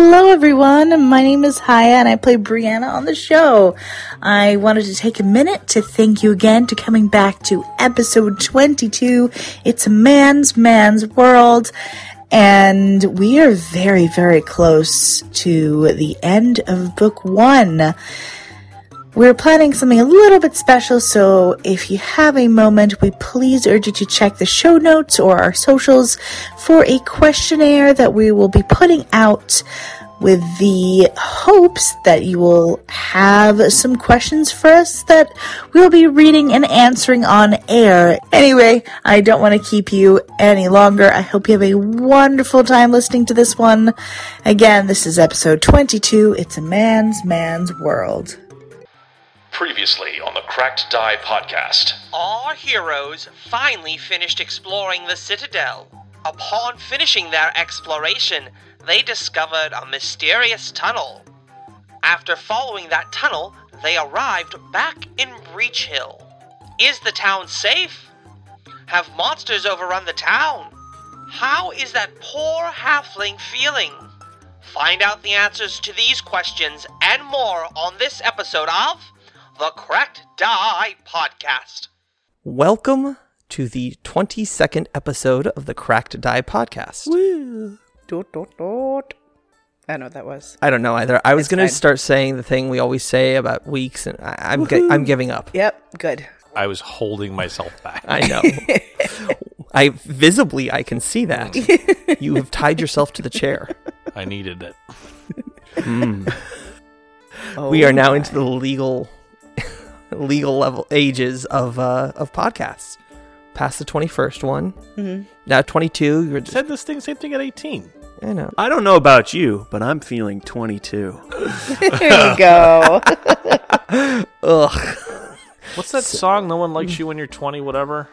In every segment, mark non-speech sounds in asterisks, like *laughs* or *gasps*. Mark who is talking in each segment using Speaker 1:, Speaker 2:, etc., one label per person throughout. Speaker 1: everyone. My name is Haya and I play Brianna on the show. I wanted to take a minute to thank you again to coming back to episode 22. It's a man's man's world. And we are very, very close to the end of book one. We're planning something a little bit special, so if you have a moment, we please urge you to check the show notes or our socials for a questionnaire that we will be putting out with the hopes that you will have some questions for us that we'll be reading and answering on air. Anyway, I don't want to keep you any longer. I hope you have a wonderful time listening to this one. Again, this is episode 22. It's a man's man's world.
Speaker 2: Previously on the Cracked Die podcast.
Speaker 3: Our heroes finally finished exploring the Citadel. Upon finishing their exploration, they discovered a mysterious tunnel. After following that tunnel, they arrived back in Breach Hill. Is the town safe? Have monsters overrun the town? How is that poor halfling feeling? Find out the answers to these questions and more on this episode of the Cracked Die Podcast.
Speaker 4: Welcome to the 22nd episode of the Cracked Die podcast.
Speaker 5: Woo. *sighs* Dot, dot, dot. I don't know what that was.
Speaker 4: I don't know either. I was
Speaker 5: It's
Speaker 4: going to
Speaker 5: fine.
Speaker 4: start saying the thing we always say about weeks, and I, I'm gi- I'm giving up.
Speaker 5: Yep, good.
Speaker 6: I was holding myself back.
Speaker 4: I know. I visibly I can see that you have tied yourself to the chair.
Speaker 6: I needed it.
Speaker 4: we are now into the legal *laughs* legal level ages of uh, of podcasts. Past the 21st one, now 22. You're just,
Speaker 6: Said this thing, same thing at 18.
Speaker 4: I know.
Speaker 7: I don't know about you, but I'm feeling 22.
Speaker 5: There you go.
Speaker 4: Ugh.
Speaker 6: What's that song? No one likes you when you're 20, whatever.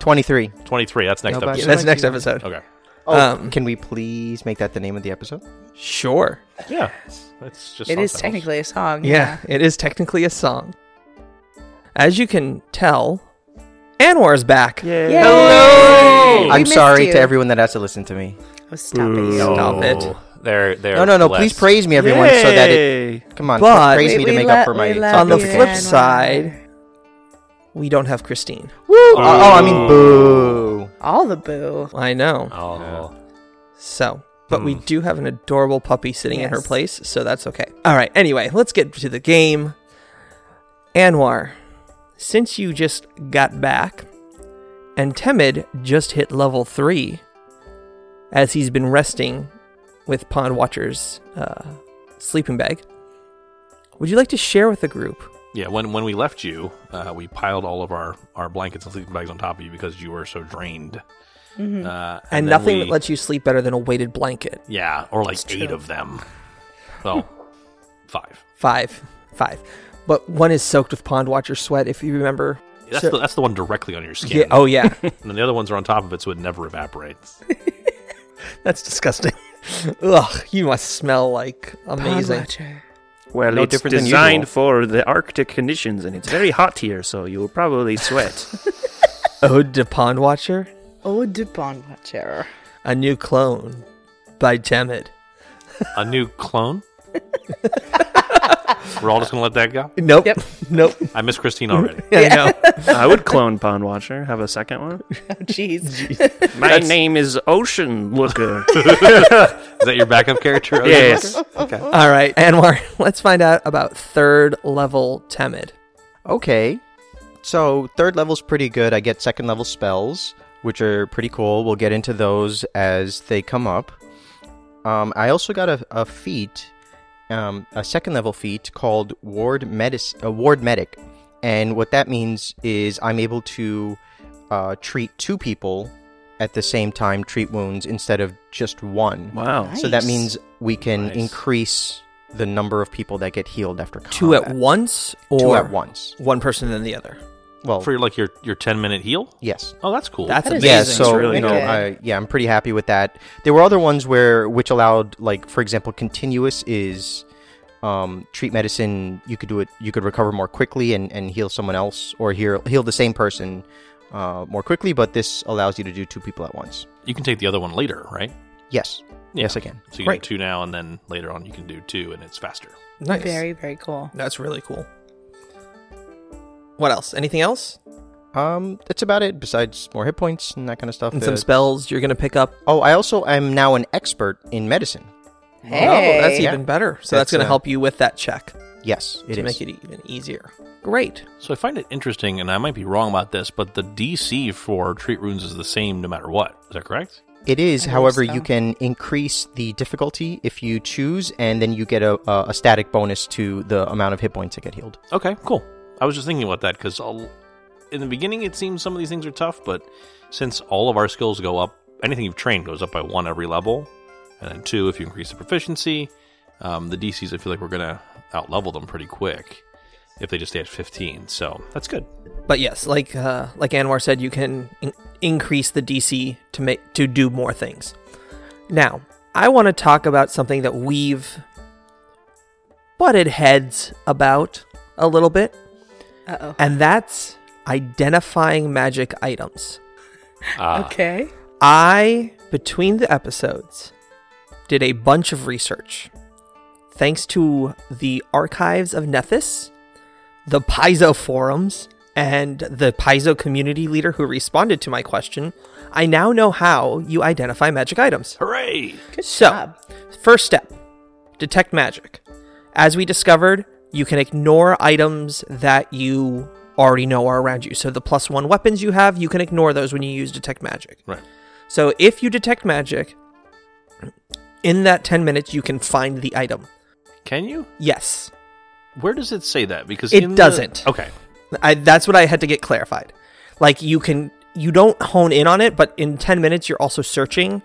Speaker 8: 23.
Speaker 6: 23. That's next
Speaker 4: Yeah,
Speaker 6: episode.
Speaker 4: that's next episode.
Speaker 6: okay.
Speaker 8: Oh,
Speaker 4: Um,
Speaker 8: can we please make that the name of the episode?
Speaker 4: Sure.
Speaker 6: Yeah. That's just.
Speaker 5: it
Speaker 6: something
Speaker 5: is
Speaker 6: else.
Speaker 5: technically a song.
Speaker 4: Yeah, it is technically a song. As you can tell, Anwar's back.
Speaker 5: yeah.
Speaker 7: Yeah.
Speaker 5: Yay.
Speaker 6: Hello!
Speaker 5: We
Speaker 8: I'm
Speaker 5: missed
Speaker 8: sorry
Speaker 5: you.
Speaker 8: to everyone that has to listen to me.
Speaker 5: Oh, stop it.
Speaker 7: Boo.
Speaker 4: Stop it.
Speaker 6: They're, they're
Speaker 8: no, no, no. Please
Speaker 6: blessed.
Speaker 8: praise me, everyone, so that it. Come on,
Speaker 4: But-
Speaker 8: praise
Speaker 5: We-
Speaker 8: me to
Speaker 5: we
Speaker 8: make
Speaker 5: lo-
Speaker 8: up for my.
Speaker 5: we love
Speaker 4: On the
Speaker 5: you,
Speaker 4: flip
Speaker 5: Anwar.
Speaker 4: side, we don't have Christine.
Speaker 8: Oh, oh, I mean, boo.
Speaker 5: All the boo.
Speaker 4: I know.
Speaker 6: Oh.
Speaker 4: So, but we do have an adorable puppy sitting in her
Speaker 5: Yes.
Speaker 4: place, so that's okay. All right. Anyway, let's get to the game. Anwar, since you just got back, and Temid just hit level three, as he's been resting with Pond Watcher's uh, sleeping bag. Would you like to share with the group?
Speaker 6: Yeah, when, when we left you, uh, we piled all of our, our blankets and sleeping bags on top of you because you were so drained.
Speaker 5: Mm-hmm.
Speaker 6: Uh,
Speaker 4: And,
Speaker 6: then
Speaker 4: nothing
Speaker 6: we-
Speaker 4: that lets you sleep better than a weighted blanket.
Speaker 6: Yeah, or like eight
Speaker 5: true.
Speaker 6: of them. Well, five.
Speaker 4: Five, five. But one is soaked with Pond Watcher sweat, if you remember.
Speaker 6: That's,
Speaker 4: So-
Speaker 6: the, that's the one directly on your skin.
Speaker 4: Yeah. Oh, yeah.
Speaker 6: And then the other ones are on top of it, so it never evaporates.
Speaker 4: That's disgusting. *laughs* Ugh, you must smell like amazing.
Speaker 5: Podwatcher.
Speaker 7: Well,
Speaker 8: No
Speaker 7: it's
Speaker 8: different than
Speaker 7: designed
Speaker 8: usual.
Speaker 7: for the Arctic conditions, and it's very hot here, so you'll probably sweat.
Speaker 4: Ode to Pond Watcher,
Speaker 5: Oh, de bon watcher.
Speaker 4: a new clone by Temid.
Speaker 6: A new
Speaker 8: *laughs*
Speaker 6: clone? We're all just going to let that go?
Speaker 4: Nope. *laughs* Nope.
Speaker 6: I miss Christine already.
Speaker 8: *laughs*
Speaker 4: I know.
Speaker 7: I *laughs* would clone Pond Watcher. Have a second one.
Speaker 5: Oh,
Speaker 7: *laughs*
Speaker 5: jeez. *laughs*
Speaker 7: My name is *laughs* Ocean Looker.
Speaker 6: Is that your backup
Speaker 8: *laughs*
Speaker 6: character?
Speaker 7: yes.
Speaker 4: All right, Anwar, *laughs* let's find out about third level Temid.
Speaker 8: Okay. So third level's pretty good. I get second level spells, which are pretty cool. We'll get into those as they come up. Um, I also got a, a feat, um, a second level feat called Ward, Medis- uh, Ward Medic. And what that means is I'm able to uh, treat two people at the same time, treat wounds instead of just one.
Speaker 7: Wow.
Speaker 8: So that
Speaker 5: Nice.
Speaker 8: means we can
Speaker 6: Nice.
Speaker 8: increase the number of people that get healed after combat.
Speaker 4: Two at once or
Speaker 8: Two at once.
Speaker 4: One person then the other.
Speaker 8: Well,
Speaker 6: For your, like your, your 10 minute heal?
Speaker 8: yes.
Speaker 6: Oh, that's cool.
Speaker 4: That's
Speaker 5: That is
Speaker 4: amazing.
Speaker 8: Yeah,
Speaker 5: Amazing.
Speaker 8: so
Speaker 5: really
Speaker 8: you know,
Speaker 5: good.
Speaker 8: I, yeah, I'm pretty happy with that. There were other ones where which allowed, like for example, continuous is um, treat medicine. You could do it. You could recover more quickly and, and heal someone else, or heal heal the same person uh, more quickly. But this allows you to do two people at once.
Speaker 6: you can take the other one later, right?
Speaker 8: Yes. Yes, I can.
Speaker 6: So you
Speaker 8: Great.
Speaker 6: can do two now, and then later on you can do two, and it's faster.
Speaker 4: Nice.
Speaker 5: Very, very cool.
Speaker 4: That's really cool. What else? Anything else?
Speaker 8: Um, that's about it. Besides more hit points and that kind of stuff.
Speaker 4: And
Speaker 8: Uh,
Speaker 4: some spells you're going to pick up.
Speaker 8: oh, I also am now an expert in medicine.
Speaker 5: Hey.
Speaker 4: Oh, that's
Speaker 8: Yeah.
Speaker 4: even better. So that's,
Speaker 8: That's,
Speaker 4: going to
Speaker 8: uh,
Speaker 4: help you with that check
Speaker 8: Yes, it
Speaker 4: to
Speaker 8: is.
Speaker 4: make it even easier. Great.
Speaker 6: So I find it interesting, and I might be wrong about this, but the DC for treat wounds is the same no matter what. Is that correct?
Speaker 8: It is.
Speaker 5: I believe
Speaker 8: However,
Speaker 5: so.
Speaker 8: you can increase the difficulty if you choose, and then you get a, a, a static bonus to the amount of hit points that get healed.
Speaker 6: Okay, cool. I was just thinking about that because in the beginning it seems some of these things are tough, but since all of our skills go up, anything you've trained goes up by one every level, and then two if you increase the proficiency. Um, the DCs, I feel like we're gonna out level them pretty quick if they just stay at fifteen. So that's good.
Speaker 4: But yes, like uh, like Anwar said, you can in- increase the DC to make to do more things. Now, I want to talk about something that we've butted heads about a little bit,
Speaker 5: Uh oh.
Speaker 4: and that's identifying magic items.
Speaker 6: Uh,
Speaker 5: Okay.
Speaker 4: I, between the episodes, did a bunch of research. Thanks to the archives of Nethys, the Paizo forums, and the Paizo community leader who responded to my question, I now know how you identify magic items.
Speaker 6: Hooray!
Speaker 5: Good
Speaker 4: So,
Speaker 5: job.
Speaker 4: first step detect magic. As we discovered, you can ignore items that you already know are around you. So, the plus one weapons you have, you can ignore those when you use detect magic.
Speaker 6: Right.
Speaker 4: So if you detect magic, in that 10 minutes, you can find the item.
Speaker 6: Can you?
Speaker 4: Yes.
Speaker 6: Where does it say that? Because
Speaker 4: It
Speaker 6: in the-
Speaker 4: doesn't.
Speaker 6: okay.
Speaker 4: I, that's what I had to get clarified. Like, you can, you don't hone in on it, but in 10 minutes, you're also searching.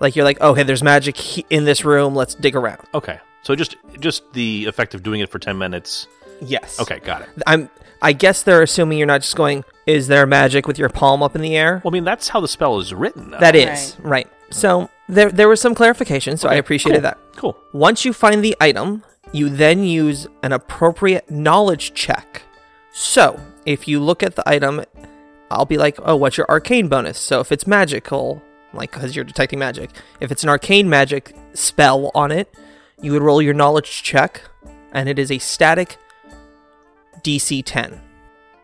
Speaker 4: Like, you're like, oh, hey, there's magic he- in this room. Let's dig around.
Speaker 6: Okay. So just just the effect of doing it for ten minutes.
Speaker 4: Yes.
Speaker 6: Okay, got it.
Speaker 4: I'm, I guess they're assuming you're not just going, is there magic with your palm up in the air?
Speaker 6: Well, I mean that's how the spell is written. Though.
Speaker 4: that is, right. So there, there was some clarification, so I appreciated
Speaker 6: Cool.
Speaker 4: that.
Speaker 6: Cool.
Speaker 4: Once you find the item, you then use an appropriate knowledge check. So, if you look at the item, I'll be like, oh, what's your arcane bonus? So, if it's magical, like, because you're detecting magic, if it's an arcane magic spell on it, you would roll your knowledge check, and it is a static DC 10,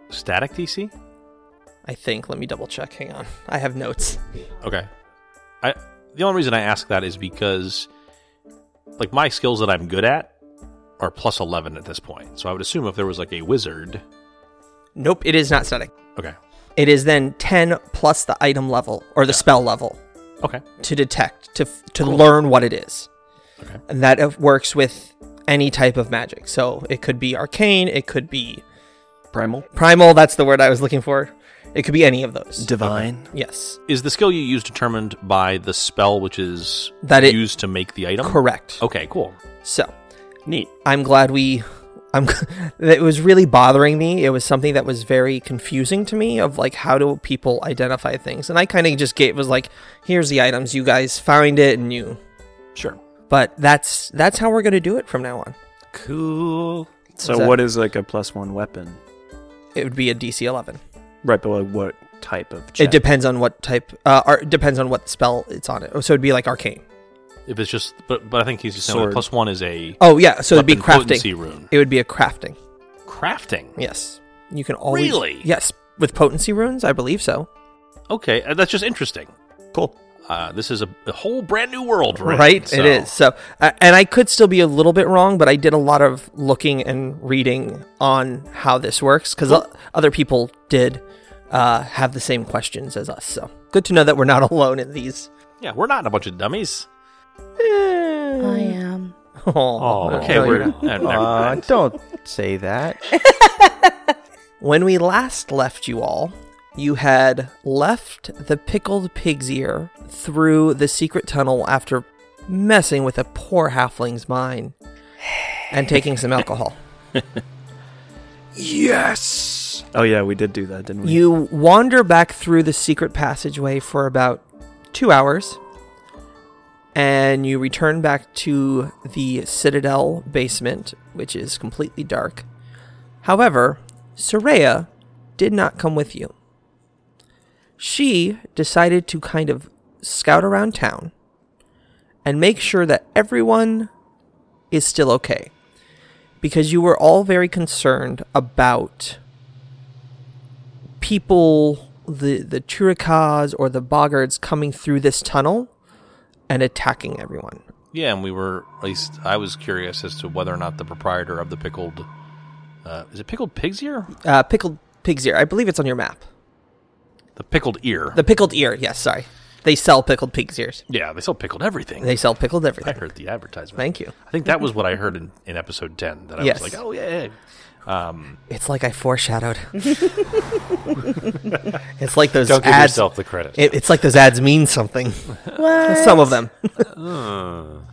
Speaker 6: Static DC.
Speaker 4: I think. Let me double check. Hang on. I have notes.
Speaker 6: Okay. I the only reason I ask that is because like my skills that I'm good at are plus 11 at this point. So I would assume if there was like a wizard.
Speaker 4: Nope, it is not static.
Speaker 6: Okay.
Speaker 4: It is then 10 plus the item level or the spell level.
Speaker 6: Okay.
Speaker 4: to detect to f- to learn what it is
Speaker 6: Okay.
Speaker 4: and that uh, works with any type of magic so it could be arcane it could be
Speaker 7: Primal,
Speaker 4: primal that's the word i was looking for it could be any of those
Speaker 7: divine.
Speaker 4: yes
Speaker 6: Is the skill you use determined by the spell which is
Speaker 4: That it-
Speaker 6: used to make the item?
Speaker 4: correct
Speaker 6: Okay, cool.
Speaker 4: so
Speaker 7: Oh. Neat.
Speaker 4: i'm glad we i'm *laughs* it was really bothering me it was something that was very confusing to me of like how do people identify things and i kind of just gave was like here's the items you guys find it and you
Speaker 6: Sure.
Speaker 4: but that's that's how we're going to do it from now on
Speaker 6: Cool.
Speaker 7: So,
Speaker 4: Is that-
Speaker 7: what is like a plus one weapon?
Speaker 4: it would be a dc 11
Speaker 7: Right, but like, what type of? Check?
Speaker 4: It depends on what type. Uh, ar- depends on what spell it's on. It. So it'd be like arcane.
Speaker 6: If it's just but but I think he's just saying
Speaker 7: Sword.
Speaker 6: that plus 1 is a
Speaker 4: Oh yeah, so it'd be
Speaker 6: weapon
Speaker 4: crafting.
Speaker 6: potency rune.
Speaker 4: It would be a crafting.
Speaker 6: Crafting.
Speaker 4: Yes, you can always.
Speaker 6: Really?
Speaker 4: Yes, with potency runes, I believe so.
Speaker 6: Okay, uh, that's just interesting.
Speaker 4: Cool.
Speaker 6: Uh, this is a, a whole brand new world, for him,
Speaker 4: Right.
Speaker 6: so-
Speaker 4: It is. So, uh, and I could still be a little bit wrong, but I did a lot of looking and reading on how this works because other people did uh, have the same questions as us. So good to know that we're not *laughs* alone in these.
Speaker 6: Yeah, we're not a bunch of dummies.
Speaker 5: I am.
Speaker 4: Oh,
Speaker 6: okay,
Speaker 4: no, you're
Speaker 6: we're
Speaker 4: not.
Speaker 6: uh, never
Speaker 8: Uh,
Speaker 6: mind. *laughs*
Speaker 8: don't say that.
Speaker 4: When we last left you all, you had left the pickled pig's ear through the secret tunnel after messing with a poor halfling's mind and taking some alcohol.
Speaker 7: Yes. Oh yeah, we did do that, didn't we?
Speaker 4: You wander back through the secret passageway for about two hours, and you return back to the Citadel basement, which is completely dark. However, Soraya did not come with you. She decided to kind of scout around town and make sure that everyone is still okay. Because you were all very concerned about people, the, the Churikas or the Boggards coming through this tunnel and attacking everyone.
Speaker 6: Yeah, and we were at least I was curious as to whether or not the proprietor of the pickled uh, is it pickled pig's ear?
Speaker 4: Uh, pickled pig's ear. I believe it's on your map.
Speaker 6: The pickled ear.
Speaker 4: The pickled ear. Yes, sorry. They sell pickled pig's ears.
Speaker 6: yeah, they sell pickled everything.
Speaker 4: They sell pickled
Speaker 6: I
Speaker 4: everything.
Speaker 6: heard the advertisement.
Speaker 4: Thank you.
Speaker 6: I think that was what I heard in, in episode ten. That I
Speaker 4: Yes.
Speaker 6: was like, oh yeah. Um,
Speaker 4: It's like I
Speaker 6: *laughs*
Speaker 4: foreshadowed. it's like those
Speaker 6: don't give
Speaker 4: ads.
Speaker 6: yourself the credit.
Speaker 4: It, it's like those ads mean something.
Speaker 1: What?
Speaker 4: Some of them.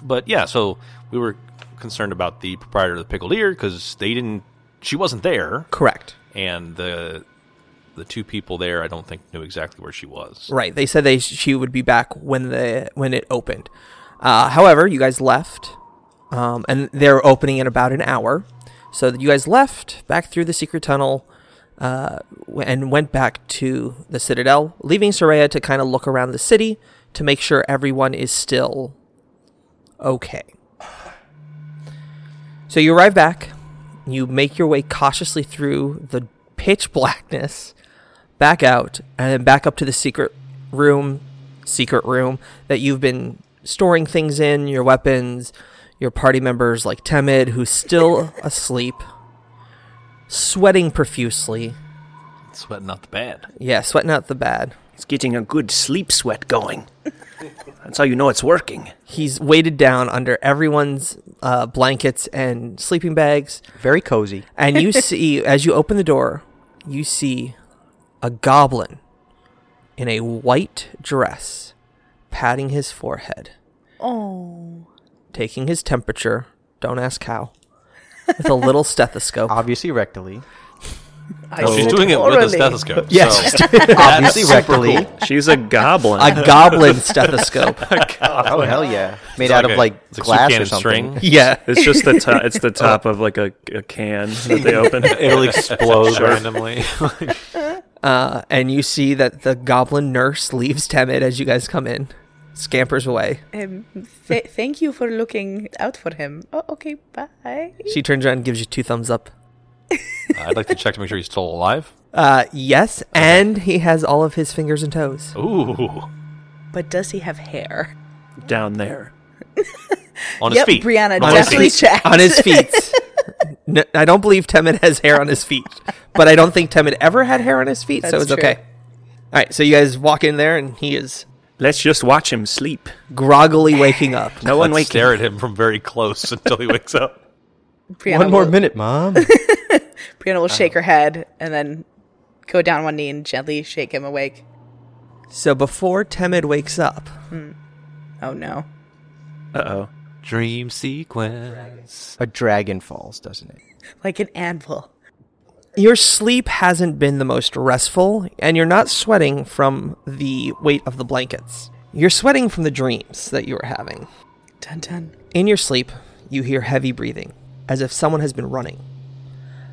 Speaker 6: but yeah, so we were concerned about the proprietor of the pickled ear because they didn't. She wasn't there,
Speaker 4: Correct.
Speaker 6: and the the two people there, I don't think knew exactly where she was.
Speaker 4: Right. They said they she would be back when the when it opened. Uh, however, you guys left, um, and they're opening in about an hour. So you guys left back through the secret tunnel, uh, w- and went back to the citadel, leaving Soraya to kind of look around the city to make sure everyone is still okay. So you arrive back. You make your way cautiously through the pitch blackness back out and then back up to the secret room secret room that you've been storing things in your weapons your party members like temid who's still asleep sweating profusely
Speaker 6: Sweating out the bad.
Speaker 4: yeah sweating out the bad
Speaker 7: It's getting a good sleep sweat going. That's how you know it's working.
Speaker 4: he's weighted down under everyone's uh, blankets and sleeping bags
Speaker 8: Very cozy.
Speaker 4: and you see as you open the door you see a goblin in a white dress patting his forehead
Speaker 1: Oh.
Speaker 4: taking his temperature, don't ask how, with a little stethoscope.
Speaker 8: Obviously rectally.
Speaker 5: I
Speaker 6: She's
Speaker 5: said
Speaker 6: doing it with a
Speaker 5: orally.
Speaker 6: stethoscope.
Speaker 4: Yes,
Speaker 6: so-
Speaker 4: she's
Speaker 8: *laughs* Obviously rectally.
Speaker 7: She's a goblin.
Speaker 4: a goblin stethoscope.
Speaker 8: Oh hell yeah! Made
Speaker 6: It's
Speaker 8: out of
Speaker 6: a-
Speaker 8: like
Speaker 6: it's a soup
Speaker 8: glass
Speaker 6: can
Speaker 8: or
Speaker 6: and
Speaker 8: something.
Speaker 6: String.
Speaker 4: yeah.
Speaker 7: *laughs* it's just the top. It's the top of like a, a can that they
Speaker 6: *laughs*
Speaker 7: open.
Speaker 6: It'll explode
Speaker 8: *laughs*
Speaker 6: randomly.
Speaker 4: Uh, and you see that the goblin nurse leaves Temid as you guys come in, scampers away.
Speaker 5: Um, th- thank you for looking out for him. Oh, okay, bye.
Speaker 4: She turns around and gives you two thumbs up.
Speaker 6: I'd like to check to make sure he's still alive.
Speaker 4: Uh, yes, and he has all of his fingers and toes.
Speaker 6: Ooh,
Speaker 1: But does he have hair?
Speaker 7: down there.
Speaker 6: on his
Speaker 1: yep,
Speaker 6: feet.
Speaker 1: Brianna
Speaker 6: On his
Speaker 1: definitely
Speaker 6: feet.
Speaker 1: checked.
Speaker 4: On his feet. No, I don't believe Temid has hair on his feet, but I don't think Temid ever had hair on his feet, so
Speaker 5: That's
Speaker 4: it's
Speaker 5: true.
Speaker 4: okay. All right, so you guys walk in there, and he is
Speaker 7: Let's just watch him sleep.
Speaker 4: groggily waking
Speaker 5: *laughs*
Speaker 4: up.
Speaker 7: No one
Speaker 6: Let's
Speaker 7: waking.
Speaker 6: stare at him from very close *laughs* until he wakes up.
Speaker 5: Brianna
Speaker 8: One more
Speaker 5: will-
Speaker 8: minute,
Speaker 6: *laughs*
Speaker 8: mom.
Speaker 5: Brianna will
Speaker 8: Oh.
Speaker 5: shake her head and then go down one knee and gently shake him awake.
Speaker 4: So before Temid wakes up,
Speaker 5: Oh no.
Speaker 7: Uh oh.
Speaker 6: Dream sequence.
Speaker 8: a dragon falls, doesn't it?
Speaker 5: Like an anvil.
Speaker 4: your sleep hasn't been the most restful, and you're not sweating from the weight of the blankets. You're sweating from the dreams that you were having.
Speaker 5: Dun dun.
Speaker 4: In your sleep, you hear heavy breathing, as if someone has been running.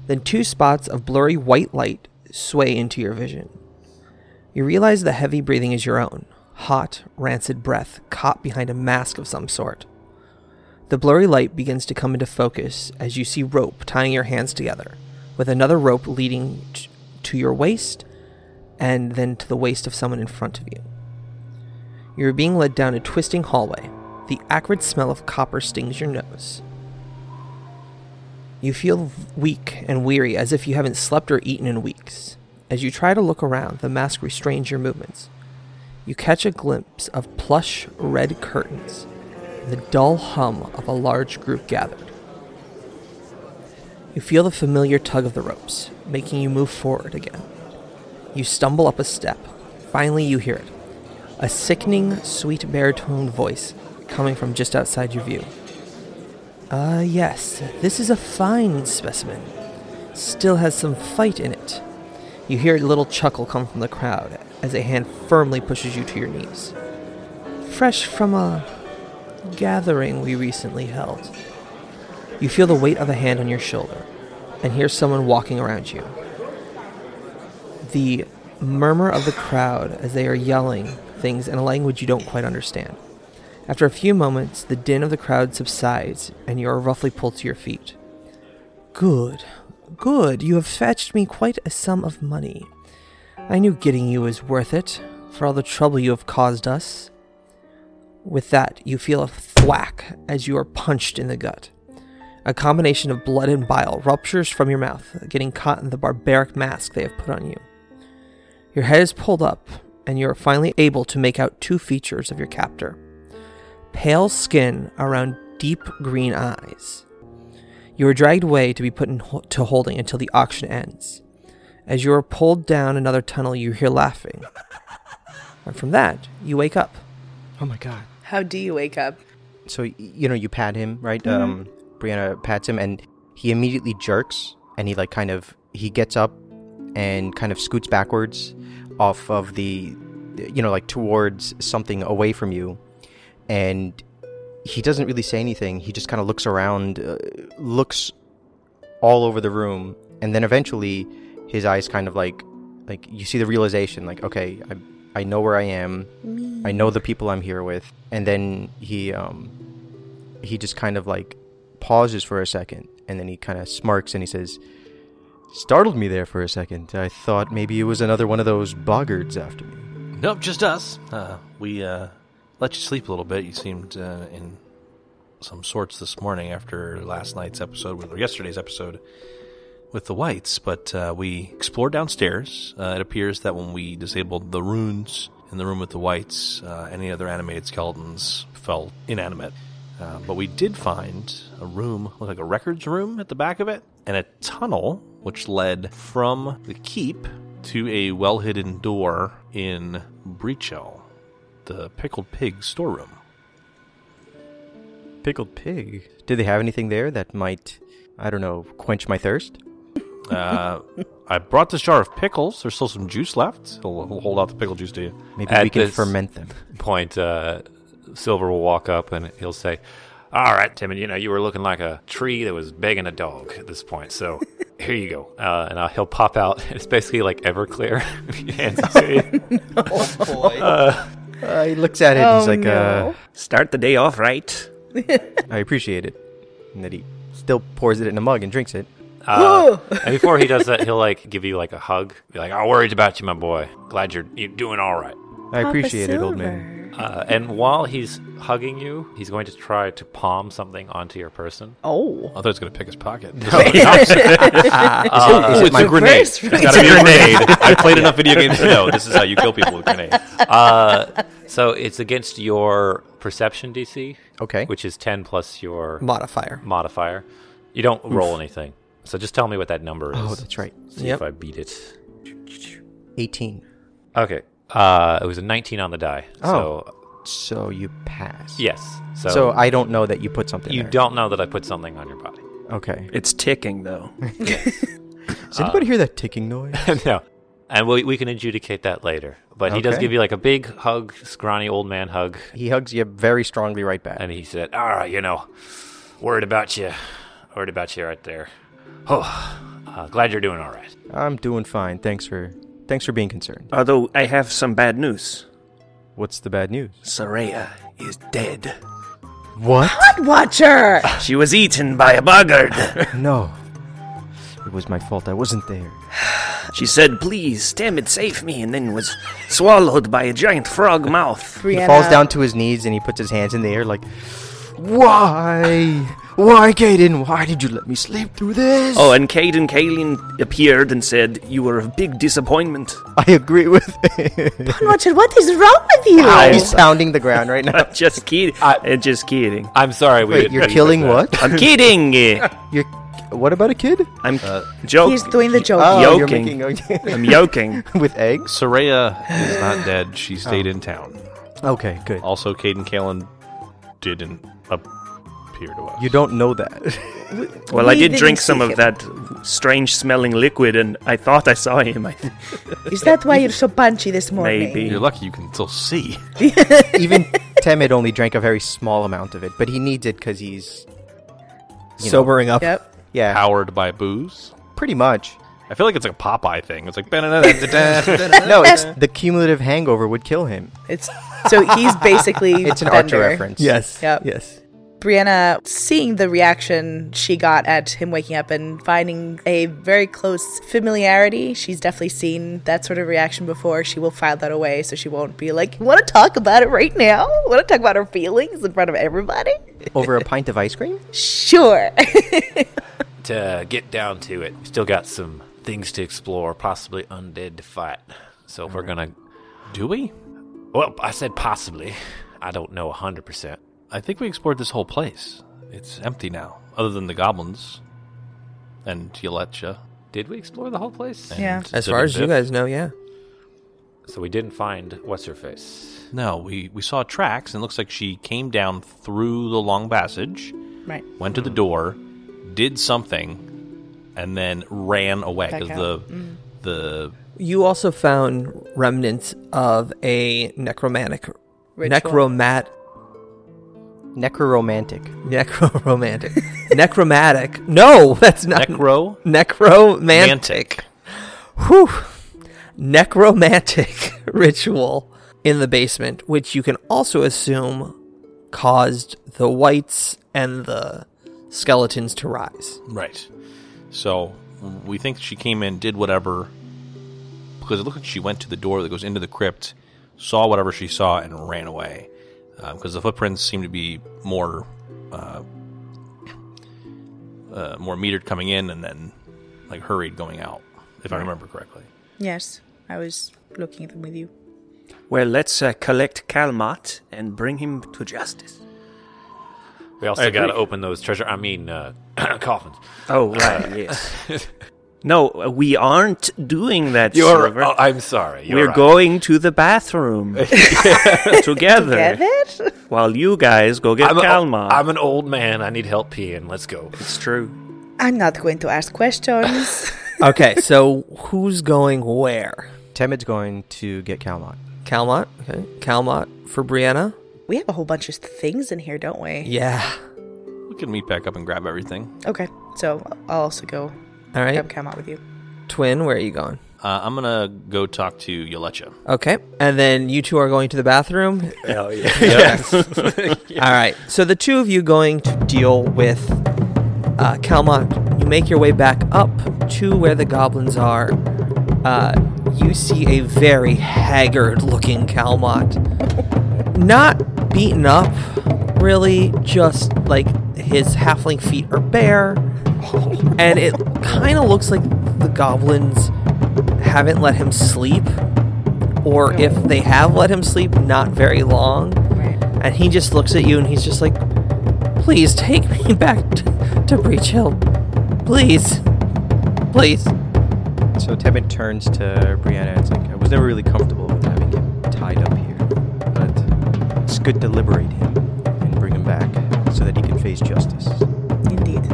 Speaker 4: Then two spots of blurry white light sway into your vision. You realize the heavy breathing is your own, hot, rancid breath caught behind a mask of some sort. The blurry light begins to come into focus as you see rope tying your hands together, with another rope leading t- to your waist and then to the waist of someone in front of you. You are being led down a twisting hallway. The acrid smell of copper stings your nose. You feel weak and weary as if you haven't slept or eaten in weeks. As you try to look around, the mask restrains your movements. You catch a glimpse of plush red curtains, and the dull hum of a large group gathered. You feel the familiar tug of the ropes, making you move forward again. You stumble up a step. Finally, you hear it a sickening, sweet baritone voice coming from just outside your view. Ah, yes, this is a fine specimen. Still has some fight in it. You hear a little chuckle come from the crowd as a hand firmly pushes you to your knees. Fresh from a gathering we recently held. You feel the weight of a hand on your shoulder and hear someone walking around you the murmur of the crowd as they are yelling things in a language you don't quite understand. After a few moments, the din of the crowd subsides, and you are roughly pulled to your feet. Good, good, you have fetched me quite a sum of money. I knew getting you was worth it, for all the trouble you have caused us. With that, you feel a thwack as you are punched in the gut. A combination of blood and bile ruptures from your mouth, getting caught in the barbaric mask they have put on you. Your head is pulled up, and you are finally able to make out two features of your captor pale skin around deep green eyes. You are dragged away to be put into holding until the auction ends. As you are pulled down another tunnel, you hear laughing. And from that, you wake up.
Speaker 8: Oh my god.
Speaker 5: How do you wake up?
Speaker 8: So y- you know you pat him, right? Um, Brianna pats him, and he immediately jerks, and he like kind of he gets up and kind of scoots backwards off of the, you know, like towards something away from you, and he doesn't really say anything. He just kind of looks around, uh, looks all over the room, and then eventually his eyes kind of like like you see the realization, like okay, I I know where I am. I know the people I'm here with. And then he um he just kind of like pauses for a second and then he kind of smirks and he says startled me there for a second. I thought maybe it was another one of those boggards after me.
Speaker 6: Nope, just us. Uh, we uh, let you sleep a little bit. You seemed uh, in some sorts this morning after last night's episode, or yesterday's episode, with the whites. But uh, we explored downstairs. Uh, it appears that when we disabled the runes in the room with the whites, uh, any other animated skeletons fell inanimate. Uh, but we did find a room, looked like a records room at the back of it, and a tunnel which led from the keep to a well hidden door in Breachell, the pickled pig storeroom.
Speaker 8: Pickled pig. Did they have anything there that might I don't know, quench my thirst? *laughs*
Speaker 6: Uh, I brought this jar of pickles. There's still some juice left. He'll, he'll hold out the pickle juice to you.
Speaker 8: Maybe
Speaker 9: At
Speaker 8: we can
Speaker 9: this-
Speaker 8: ferment them.
Speaker 9: Point. Uh, Silver will walk up and he'll say, "All right, Timon. You know you were looking like a tree that was begging a dog at this point. So here you go." Uh, and i he'll pop out. *laughs* It's basically like Everclear. *laughs* He hands it to you.
Speaker 8: Uh, he looks at it and he's like uh
Speaker 7: Start the day off
Speaker 6: *laughs*
Speaker 7: right.
Speaker 8: I appreciate it. And then he still pours it in a mug and drinks it.
Speaker 9: Uh, and before he does that, he'll like give you like a hug. Be like, "I worried about you, my boy. Glad you're you're doing all right."
Speaker 8: I appreciate it, old man.
Speaker 9: Uh, and while he's hugging you, he's going to try to palm something onto your person.
Speaker 5: Oh.
Speaker 6: I thought he was going to pick
Speaker 9: *laughs*
Speaker 6: his pocket.
Speaker 8: Is it my grenade?
Speaker 5: First,
Speaker 6: Gotta be a grenade. I've played enough video games to know this is how you kill people with grenades.
Speaker 9: Uh, So it's against your perception DC,
Speaker 8: Okay.
Speaker 9: which is 10 plus your
Speaker 4: Modifier.
Speaker 9: modifier. You don't roll anything. So just tell me what that number is.
Speaker 8: Oh, that's right.
Speaker 9: See
Speaker 4: Yep.
Speaker 9: if I beat it.
Speaker 8: 18.
Speaker 9: Okay. Uh, it was a 19 on the die.
Speaker 8: Oh.
Speaker 9: So,
Speaker 8: So you pass.
Speaker 9: yes. So,
Speaker 8: So, I don't know that you put something
Speaker 9: you
Speaker 8: there.
Speaker 9: don't know that I put something on your body. *laughs*
Speaker 8: Okay.
Speaker 7: *laughs* It's ticking though.
Speaker 8: Does anybody hear that ticking noise?
Speaker 9: no. And we, we can adjudicate that later. But he does
Speaker 8: Okay.
Speaker 9: give you like a big hug, scrawny old man hug.
Speaker 8: he hugs you very strongly right back.
Speaker 9: And he said, "All right, you know, worried about you, worried about you right there. Oh, uh, glad you're doing all right.
Speaker 8: I'm doing fine. Thanks for thanks for being concerned.
Speaker 7: Although I have some bad news.
Speaker 8: What's the bad news?
Speaker 7: Saraya is dead.
Speaker 8: What?
Speaker 5: Watcher.
Speaker 7: She was eaten by a
Speaker 6: *laughs*
Speaker 7: boggard.
Speaker 8: *laughs* no. It was my fault. I wasn't there.
Speaker 7: She said, "Please, damn it, save me," and then was swallowed by a giant frog mouth.
Speaker 8: He falls down to his knees and he puts his hands in the air like, "Why? Why, Caden? Why did you let me sleep through this?"
Speaker 7: Oh, and Caden Kalin appeared and said, "You were a big
Speaker 9: *laughs*
Speaker 7: disappointment."
Speaker 8: *laughs* I agree with him.
Speaker 1: Watcher, what is wrong with you?
Speaker 8: He's pounding the ground right
Speaker 7: *laughs*
Speaker 8: now.
Speaker 7: just kidding. just kidding.
Speaker 9: I'm sorry. We
Speaker 8: Wait,
Speaker 9: didn't
Speaker 8: you're
Speaker 9: meet with
Speaker 8: killing
Speaker 9: that.
Speaker 8: what?
Speaker 7: I'm
Speaker 9: *laughs*
Speaker 7: kidding.
Speaker 8: You're what about a kid?
Speaker 7: I'm
Speaker 9: Uh,
Speaker 7: joking.
Speaker 1: He's doing the joke.
Speaker 8: Oh, you're
Speaker 7: Yoking.
Speaker 8: making okay.
Speaker 7: I'm yoking.
Speaker 8: *laughs* with eggs.
Speaker 6: Soraya
Speaker 8: *sighs*
Speaker 6: is not dead. She
Speaker 8: Oh.
Speaker 6: stayed in town.
Speaker 8: Okay, good.
Speaker 6: Also, Caden Kalen didn't appear to us.
Speaker 8: You don't know that. *laughs*
Speaker 1: Well,
Speaker 7: Well,
Speaker 1: I We did
Speaker 7: I did
Speaker 1: didn't drink
Speaker 7: drink
Speaker 1: see some
Speaker 7: some
Speaker 1: of
Speaker 7: of
Speaker 1: him.
Speaker 7: that strange smelling liquid, and I thought I saw him. I
Speaker 1: Is that why you're so punchy this morning?
Speaker 7: maybe.
Speaker 6: You're lucky you can still see.
Speaker 8: Even *laughs* Temid only drank a very small amount of it, but he needs it because he's you know,
Speaker 4: Sobering up.
Speaker 5: Yep.
Speaker 8: yeah,
Speaker 6: Powered by booze.
Speaker 8: pretty much.
Speaker 6: I feel like it's like a Popeye thing. It's like
Speaker 4: Uh-huh.
Speaker 6: no,
Speaker 8: no, it's the cumulative hangover would kill him.
Speaker 5: It's so he's basically
Speaker 8: It's an
Speaker 5: Bender.
Speaker 8: Archer reference.
Speaker 4: Yes.
Speaker 5: Yep.
Speaker 4: Yes.
Speaker 5: Brianna, seeing the reaction she got at him waking up and finding a very close familiarity, she's definitely seen that sort of reaction before. She will file that away so she won't be like, want to talk about it right now? Want to talk about her feelings in front of everybody?
Speaker 8: Over a pint of ice cream?
Speaker 5: Sure.
Speaker 9: *laughs* To get down to it, we still got some things to explore, possibly undead to fight. So if we're gonna,
Speaker 6: Do we?
Speaker 9: well, I said possibly. I don't know hundred percent.
Speaker 6: I think we explored this whole place. It's empty now, other than the goblins and Yelecha.
Speaker 9: Did we explore the whole place?
Speaker 6: and
Speaker 5: Yeah.
Speaker 4: As far as you
Speaker 6: Zibanejad.
Speaker 4: guys know, yeah.
Speaker 9: So we didn't find what's her face.
Speaker 6: No, we, we saw tracks, and it looks like she came down through the long passage,
Speaker 5: right.
Speaker 6: went to the door, did something, and then ran away
Speaker 5: Back
Speaker 6: because
Speaker 5: out. Mm.
Speaker 6: the the
Speaker 4: You also found remnants of a necromantic,
Speaker 5: Ritual.
Speaker 4: necromat,
Speaker 8: Necroromantic.
Speaker 4: necroromantic, *laughs* necromatic. No, that's not
Speaker 6: necro
Speaker 4: necromantic.
Speaker 6: mantic.
Speaker 4: Whew. Necromantic *laughs* ritual in the basement, which you can also assume caused the whites and the skeletons to rise.
Speaker 6: Right. So we think she came in, did whatever, because it looked like she went to the door that goes into the crypt, saw whatever she saw, and ran away. Because the footprints seem to be more, uh, uh, more metered coming in, and then like hurried going out. If I remember correctly.
Speaker 5: Yes, I was looking at them with you.
Speaker 7: Well, let's uh, collect Kalmat and bring him to justice.
Speaker 9: We
Speaker 6: I
Speaker 9: also
Speaker 6: agree.
Speaker 9: got to open those treasure. I mean, uh, *clears throat* coffins. *laughs*
Speaker 7: Oh, right, yes. No, uh, we aren't doing that,
Speaker 9: You're.
Speaker 7: Silver.
Speaker 9: Oh, I'm sorry. You're
Speaker 7: We're
Speaker 9: right.
Speaker 7: going to
Speaker 9: *laughs*
Speaker 7: the bathroom together
Speaker 5: Get it?
Speaker 7: while you guys go get
Speaker 9: I'm, a-
Speaker 7: Kalmat.
Speaker 9: I'm an old man. I need help peeing. Let's go.
Speaker 7: it's true.
Speaker 9: *laughs*
Speaker 5: I'm not going to ask questions.
Speaker 8: *laughs*
Speaker 4: Okay, so who's going where?
Speaker 8: Temid's going to get Calmont.
Speaker 4: Calmont? Okay. Calmont for Brianna?
Speaker 5: we have a whole bunch of things in here, don't we?
Speaker 4: Yeah.
Speaker 6: We can meet back up and grab everything.
Speaker 5: Okay, so I'll also go
Speaker 4: All right.
Speaker 5: come, come out with you.
Speaker 4: Twin, where are you going?
Speaker 6: Uh, I'm gonna go talk to Yelecha.
Speaker 4: Okay. And then you two are going to the bathroom.
Speaker 9: Hell yeah. yes.
Speaker 4: All right. So the two of you going to deal with uh, Calmont. You make your way back up to where the goblins are. Uh, you see a very haggard-looking Calmont, not beaten up, really. Just like his halfling feet are bare, and it kind of looks like the goblins haven't let him sleep, or if they have let him sleep, not very long
Speaker 5: Right.
Speaker 4: and he just looks at you and he's just like, "Please take me *laughs* back t- to Breach Hill, please, please."
Speaker 8: So Temid turns to Brianna and it's like, I was never really comfortable with having him tied up here, but it's good to liberate him and bring him back so that he can face justice.
Speaker 5: Indeed.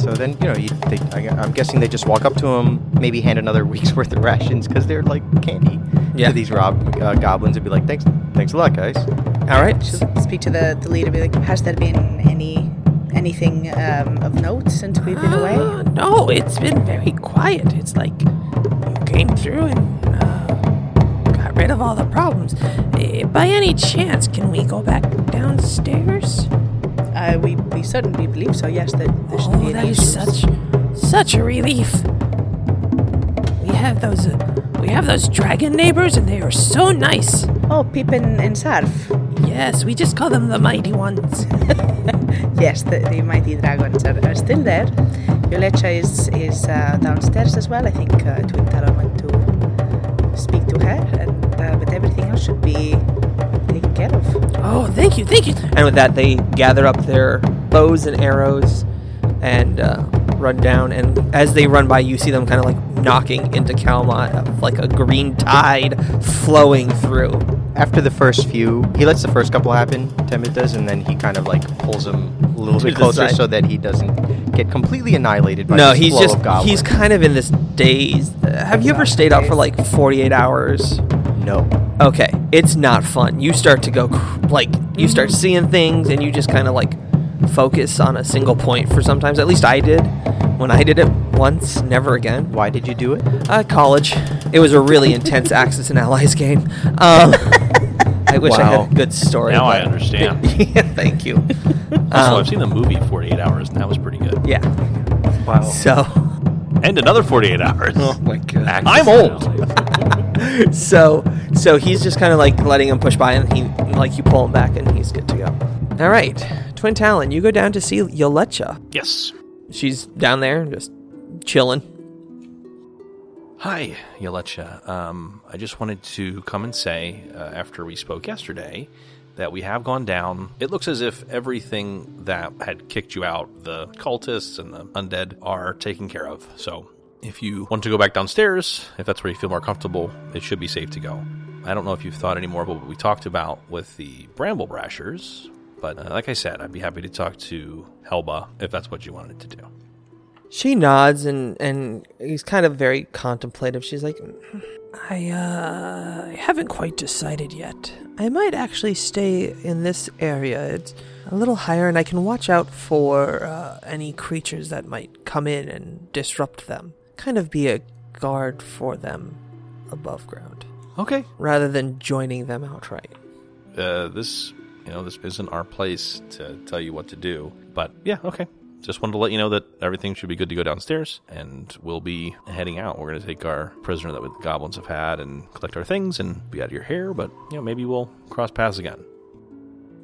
Speaker 8: So then, you know, you, they, I, I'm guessing they just walk up to him, maybe hand another *laughs* week's worth of rations because they're like candy
Speaker 4: Yeah.
Speaker 8: to these rob, uh, goblins and be like, thanks, thanks a lot, guys.
Speaker 4: All right,
Speaker 5: She'll speak to the, the leader, be like, "Has there been any anything um, of note since we've *gasps* been away?"
Speaker 4: Uh, no, it's been very quiet. It's like you came through and uh, got rid of all the problems. Eh, by any chance, can we go back downstairs?
Speaker 5: Uh, we we certainly believe so. Yes, that there shouldn't
Speaker 4: Oh,
Speaker 5: be
Speaker 4: that
Speaker 5: any
Speaker 4: is
Speaker 5: issues.
Speaker 4: such such a relief. We have those uh, we have those dragon neighbors, and they are so nice.
Speaker 5: Oh, Pippin and Sarf.
Speaker 4: Yes, we just call them the mighty ones.
Speaker 5: *laughs* Yes, the, the mighty dragons are, are still there. Yolecha is is uh, downstairs as well. I think uh, Twin Talon went to speak to her, and uh, but everything else should be taken care of.
Speaker 4: Oh, thank you, thank you. And with that, they gather up their bows and arrows and uh, run down. And as they run by, you see them kind of like knocking into Kalmont, uh, like a green tide flowing through.
Speaker 8: After the first few, he lets the first couple happen, Temid does, and then he kind of like pulls him a little
Speaker 4: To
Speaker 8: bit
Speaker 4: the
Speaker 8: closer
Speaker 4: side.
Speaker 8: so that he doesn't get completely annihilated by
Speaker 4: no,
Speaker 8: this
Speaker 4: he's
Speaker 8: flow
Speaker 4: just
Speaker 8: of goblins.
Speaker 4: he's kind of in this daze. Uh, have you ever stayed up for like 48 hours?
Speaker 8: No. Mm-hmm.
Speaker 4: Okay, it's not fun. You start to go cr- like you start seeing things, and you just kind of like focus on a single point for sometimes. At least I did. When I did it once, never again.
Speaker 8: Why did you do it?
Speaker 4: Uh, college. It was a really
Speaker 8: *laughs*
Speaker 4: intense Axis and Allies game. Um, I wish I
Speaker 8: Wow.
Speaker 4: had a good story.
Speaker 6: Now I
Speaker 4: but-
Speaker 6: understand.
Speaker 4: *laughs* yeah, thank you.
Speaker 6: Also, I've seen the movie 48 Hours, and that was pretty good.
Speaker 4: Yeah.
Speaker 9: Wow.
Speaker 4: So,
Speaker 6: And another 48 Hours.
Speaker 4: my God.
Speaker 6: I'm old.
Speaker 4: so so he's just kind of like letting him push by and he like you pull him back and he's good to go all right twin talon you go down to see yolecha
Speaker 6: Yes.
Speaker 4: she's down there just chilling
Speaker 6: Hi, Yalecha. Um, I just wanted to come and say, uh, after we spoke yesterday, that we have gone down. It looks as if everything that had kicked you out, the cultists and the undead, are taken care of. So if you want to go back downstairs, if that's where you feel more comfortable, it should be safe to go. I don't know if you've thought any more about what we talked about with the bramble brashers, but uh, like I said, I'd be happy to talk to Helba if that's what you wanted to do.
Speaker 4: she nods and and he's kind of very contemplative she's like i uh I haven't quite decided yet i might actually stay in this area it's a little higher and i can watch out for uh, any creatures that might come in and disrupt them kind of be a guard for them above ground
Speaker 6: Okay,
Speaker 4: rather than joining them outright.
Speaker 6: uh, this you know this isn't our place to tell you what to do but yeah okay just wanted to let you know that everything should be good to go downstairs and we'll be heading out we're going to take our prisoner that the goblins have had and collect our things and be out of your hair but you know maybe we'll cross paths again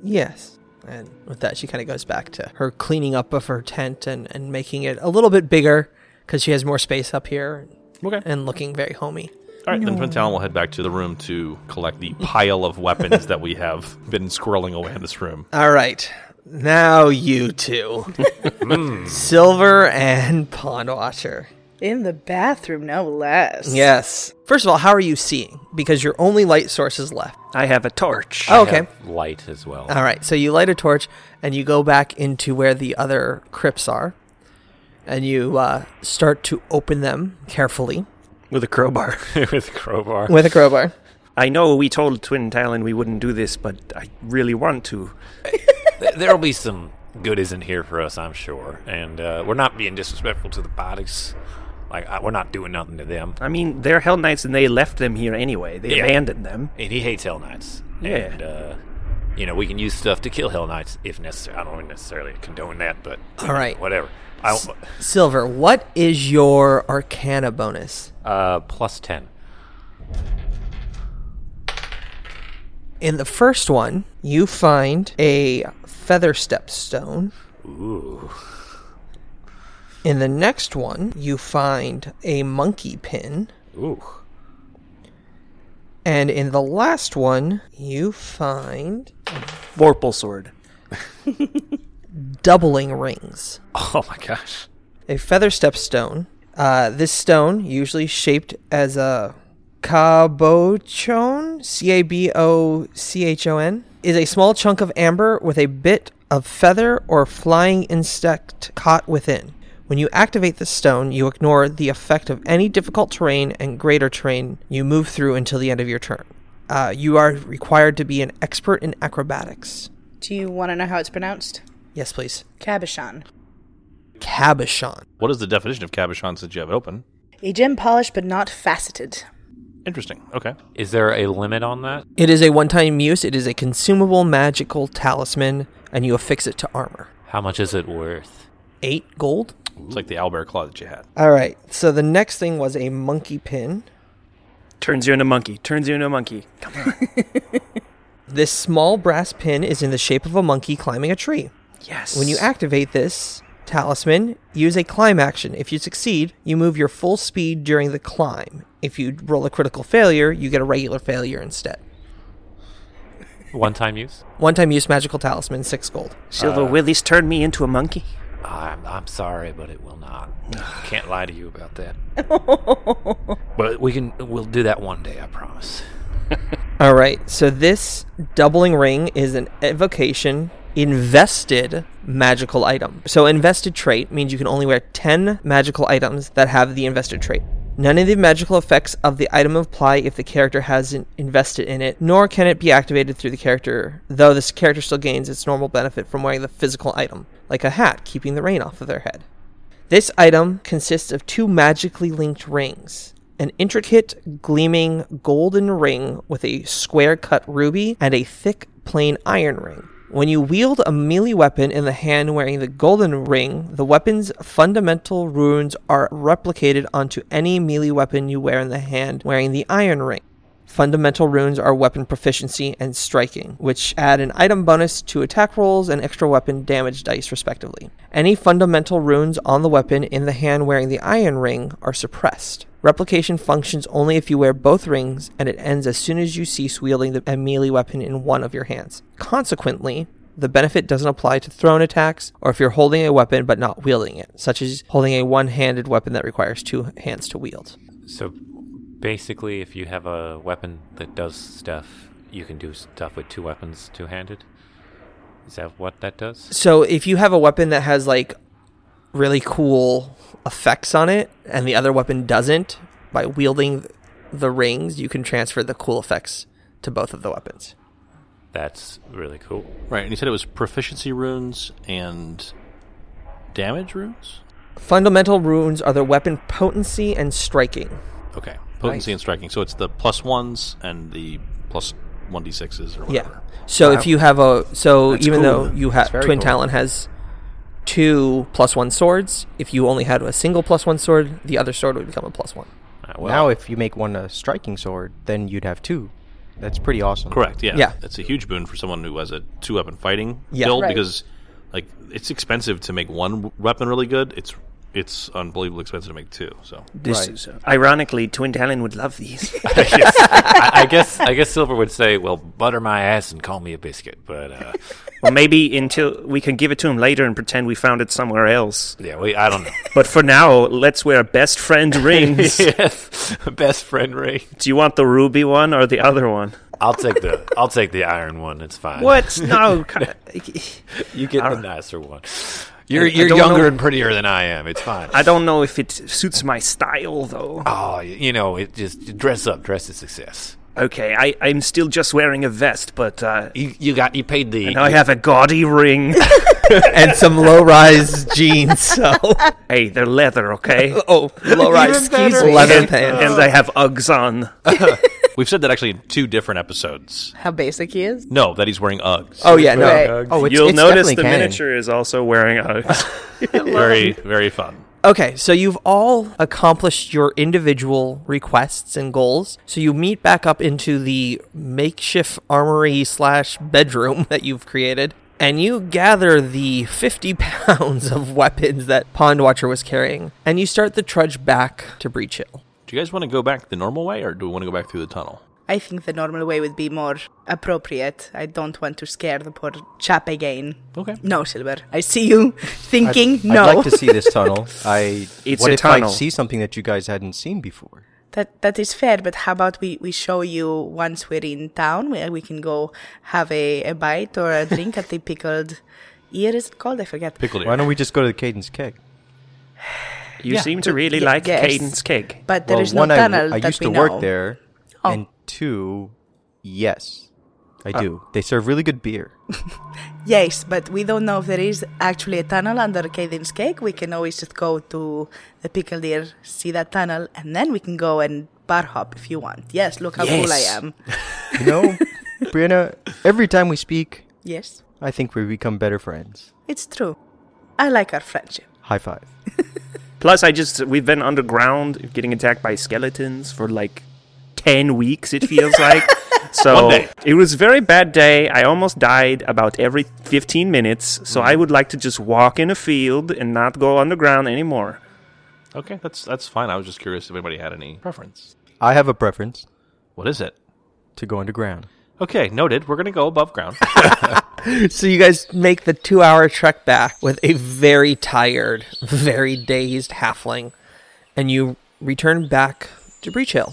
Speaker 4: Yes. And with that, she kind of goes back to her cleaning up of her tent and, and making it a little bit bigger because she has more space up here
Speaker 6: okay
Speaker 4: and looking very homey.
Speaker 6: all right then Twin Talon will head back to the room to collect the pile of weapons that we have been squirreling away in this room
Speaker 4: All right. Now you two Silver and Pond Watcher.
Speaker 5: In the bathroom, no
Speaker 9: *laughs*
Speaker 5: less.
Speaker 4: Yes. First of all, how are you seeing? Because your only light source is left.
Speaker 7: I have a torch.
Speaker 4: Oh, okay.
Speaker 9: Light as well.
Speaker 4: All right, so you light a torch and you go back into where the other crypts are, and you uh, start to open them carefully
Speaker 7: With a crowbar.
Speaker 9: With a crowbar.
Speaker 4: with a crowbar.
Speaker 7: *laughs* I know we told Twin Talon we wouldn't do this, but I really want to.
Speaker 9: Th- There'll be some goodies in here for us, I'm sure. And uh, we're not being disrespectful to the bodies. Like, I, we're not doing nothing to them.
Speaker 7: I mean, they're Hell Knights and they left them here anyway. They
Speaker 9: Yeah.
Speaker 7: abandoned them.
Speaker 9: And he hates Hell Knights.
Speaker 7: Yeah.
Speaker 9: And, uh, you know, we can use stuff to kill Hell Knights if necessary. I don't necessarily condone that, but
Speaker 4: All right,
Speaker 9: whatever. I don't,
Speaker 4: Silver, what is your Arcana bonus?
Speaker 9: uh, plus 10.
Speaker 4: In the first one, you find a feather step stone.
Speaker 9: Ooh.
Speaker 4: In the next one, you find a monkey pin.
Speaker 9: Ooh.
Speaker 4: And in the last one, you find
Speaker 7: Vorpal sword.
Speaker 4: doubling rings.
Speaker 9: *laughs* Oh my gosh.
Speaker 4: a feather step stone. Uh, this stone, usually shaped as a cabochon, C A B O C H O N, is a small chunk of amber with a bit of feather or flying insect caught within. When you activate the stone, you ignore the effect of any difficult terrain and greater terrain you move through until the end of your turn. Uh, you are required to be an expert in acrobatics.
Speaker 5: Do you want to know how it's pronounced?
Speaker 4: Yes, please.
Speaker 5: Cabochon.
Speaker 4: Cabochon.
Speaker 6: what is the definition of cabochon since you have it open
Speaker 5: A gem polished but not faceted.
Speaker 6: interesting okay
Speaker 9: Is there a limit on that?
Speaker 4: It is a one time use, it is a consumable magical talisman, and you affix it to armor.
Speaker 9: How much is it worth?
Speaker 4: Eight gold?
Speaker 6: it's like the owlbear claw that you had
Speaker 4: All right, so the next thing was a monkey pin.
Speaker 7: Turns you into a monkey. Turns you into a monkey. Come on.
Speaker 4: This small brass pin is in the shape of a monkey climbing a tree.
Speaker 7: yes.
Speaker 4: When you activate this talisman, use a climb action. If you succeed, you move your full speed during the climb. If you roll a critical failure, you get a regular failure instead.
Speaker 9: One time use?
Speaker 4: One time use magical talisman, six gold.
Speaker 7: Silver, will this turn me into a monkey?
Speaker 9: I'm, I'm sorry, but it will
Speaker 6: *sighs*
Speaker 9: not. Can't lie to you about
Speaker 6: *laughs*
Speaker 9: that. but we can. We'll do that one day. I promise.
Speaker 4: All right. So this doubling ring is an evocation invested magical item. So invested trait means you can only wear 10 magical items that have the invested trait. None of the magical effects of the item apply if the character hasn't invested in it, nor can it be activated through the character, though this character still gains its normal benefit from wearing the physical item, like a hat keeping the rain off of their head. This item consists of two magically linked rings an intricate, gleaming golden ring with a square cut ruby and a thick, plain iron ring. When you wield a melee weapon in the hand wearing the golden ring, the weapon's fundamental runes are replicated onto any melee weapon you wear in the hand wearing the iron ring. Fundamental runes are weapon proficiency and striking, which add an item bonus to attack rolls and extra weapon damage dice, respectively. Any fundamental runes on the weapon in the hand wearing the iron ring are suppressed. Replication functions only if you wear both rings, and it ends as soon as you cease wielding the a melee weapon in one of your hands. Consequently, the benefit doesn't apply to thrown attacks or if you're holding a weapon but not wielding it, such as holding a one handed weapon that requires two hands to wield.
Speaker 9: So basically, if you have a weapon that does stuff, you can do stuff with two weapons two handed. Is that what that does?
Speaker 4: So if you have a weapon that has like really cool effects on it and the other weapon doesn't, by wielding the rings, you can transfer the cool effects to both of the weapons.
Speaker 9: That's really cool.
Speaker 6: Right, and you said it was proficiency runes and damage runes?
Speaker 4: Fundamental runes are the weapon potency and striking.
Speaker 6: Okay. Potency and striking. So it's the plus ones and the plus 1d6s or
Speaker 4: Yeah.
Speaker 6: whatever.
Speaker 4: So if you have a so
Speaker 6: That's
Speaker 4: even
Speaker 6: cool.
Speaker 4: though you have
Speaker 8: That's very
Speaker 4: Twin
Speaker 8: cool.
Speaker 4: Talon has two plus one swords, if you only had a single plus one sword, the other sword would become a plus one.
Speaker 9: Uh, well,
Speaker 8: now, if you make one a striking sword, then you'd have two. That's pretty awesome.
Speaker 6: Correct, yeah.
Speaker 4: Yeah.
Speaker 6: That's a huge boon for someone who has a two weapon fighting
Speaker 4: Yeah.
Speaker 6: build
Speaker 5: Right.
Speaker 6: because like it's expensive to make one weapon really good. It's it's unbelievably expensive to make two. So
Speaker 7: This is, uh, ironically, Twin Talon would love
Speaker 9: *laughs*
Speaker 7: these.
Speaker 9: I, I guess I guess Silver would say, "Well, butter my ass and call me a biscuit," but uh,
Speaker 7: or maybe until we can give it to him later and pretend we found it somewhere else.
Speaker 9: yeah, we I don't know. *laughs*
Speaker 7: But for now, let's wear best friend rings.
Speaker 9: yes, best friend ring.
Speaker 7: Do you want the ruby one or the other one?
Speaker 9: I'll take the I'll take the iron one. It's fine.
Speaker 7: What? No. ca-
Speaker 9: You get the
Speaker 7: don't-
Speaker 9: nicer one. You're
Speaker 7: I
Speaker 9: you're
Speaker 7: don't
Speaker 9: younger
Speaker 7: know-
Speaker 4: *laughs*
Speaker 9: and prettier than I am. It's fine.
Speaker 7: I don't know if it suits my style, though.
Speaker 9: oh, y- you know, it just dress up, dress to success.
Speaker 7: Okay, I, I'm still just wearing a vest, but uh,
Speaker 9: You you got you paid the.
Speaker 7: now I have a
Speaker 9: *laughs*
Speaker 7: gaudy ring.
Speaker 4: and some low rise jeans. So
Speaker 7: hey, they're leather,
Speaker 9: *laughs*
Speaker 7: okay?
Speaker 4: oh, low rise skis, leather pants.
Speaker 7: And I have Uggs on.
Speaker 6: we've said that actually in two different episodes.
Speaker 5: How basic he is.
Speaker 6: No, that he's wearing Uggs.
Speaker 4: Oh yeah, no.
Speaker 5: Right.
Speaker 8: Oh, it's,
Speaker 7: You'll
Speaker 8: it's
Speaker 7: notice
Speaker 8: definitely
Speaker 7: the
Speaker 8: canon.
Speaker 7: miniature is also wearing
Speaker 8: *laughs*
Speaker 7: Uggs.
Speaker 6: very very fun.
Speaker 4: Okay, so you've all accomplished your individual requests and goals. So you meet back up into the makeshift armory slash bedroom *laughs* that you've created, and you gather the 50 *laughs* pounds of weapons that Pond Watcher was carrying, and you start the trudge back to Breach Hill.
Speaker 6: Do you guys want to go back the normal way or do we want to go back through the tunnel?
Speaker 5: I think the normal way would be more appropriate. I don't want to scare the poor chap again.
Speaker 6: Okay.
Speaker 5: No, Silver. I see you *laughs*
Speaker 8: I'd,
Speaker 5: thinking
Speaker 8: I'd
Speaker 5: no.
Speaker 8: like to see this tunnel.
Speaker 4: *laughs*
Speaker 8: I.
Speaker 7: It's
Speaker 8: what
Speaker 7: a
Speaker 8: if
Speaker 7: tunnel.
Speaker 8: I see something that you guys hadn't seen before?
Speaker 5: That that is fair, but how about we, we show you once we're in town where we can go have a, a bite or a drink at the pickled ear is it called? I forget.
Speaker 6: Pickled
Speaker 8: Why
Speaker 6: ear.
Speaker 8: don't we just go to the Cadence Keg?
Speaker 7: You seem to really
Speaker 5: y-
Speaker 7: like
Speaker 5: yes.
Speaker 7: Cadence Cake.
Speaker 5: But there
Speaker 8: well,
Speaker 5: is no
Speaker 8: one, I,
Speaker 5: tunnel
Speaker 8: I
Speaker 5: that
Speaker 8: used
Speaker 5: we
Speaker 8: to
Speaker 5: know.
Speaker 8: work there,
Speaker 5: Oh.
Speaker 8: and two, yes, I do. They serve really good beer.
Speaker 5: Yes, but we don't know if there is actually a tunnel under Cadence Cake. We can always just go to the pickled ear, see that tunnel, and then we can go and bar hop if you want. Yes, look how cool I
Speaker 7: Yes.
Speaker 5: am.
Speaker 8: You
Speaker 5: *laughs*
Speaker 8: know, Brianna. Every time we speak,
Speaker 5: Yes,
Speaker 8: I think we become better friends.
Speaker 5: it's true. I like our friendship.
Speaker 8: High five.
Speaker 7: Plus, I just we've been underground, getting attacked by skeletons for like ten weeks. It
Speaker 8: *laughs*
Speaker 7: feels like. So
Speaker 6: One day.
Speaker 7: it was a very bad day. I almost died about every fifteen minutes. So
Speaker 8: Mm-hmm.
Speaker 7: I would like to just walk in a field and not go underground anymore.
Speaker 6: Okay, that's that's fine. I was just curious if anybody had any preference.
Speaker 8: I have a preference
Speaker 6: What is it?
Speaker 8: to go underground.
Speaker 6: Okay, noted. We're gonna go above ground.
Speaker 4: So you guys make the two hour trek back with a very tired, very dazed halfling, and you return back to Breach Hill.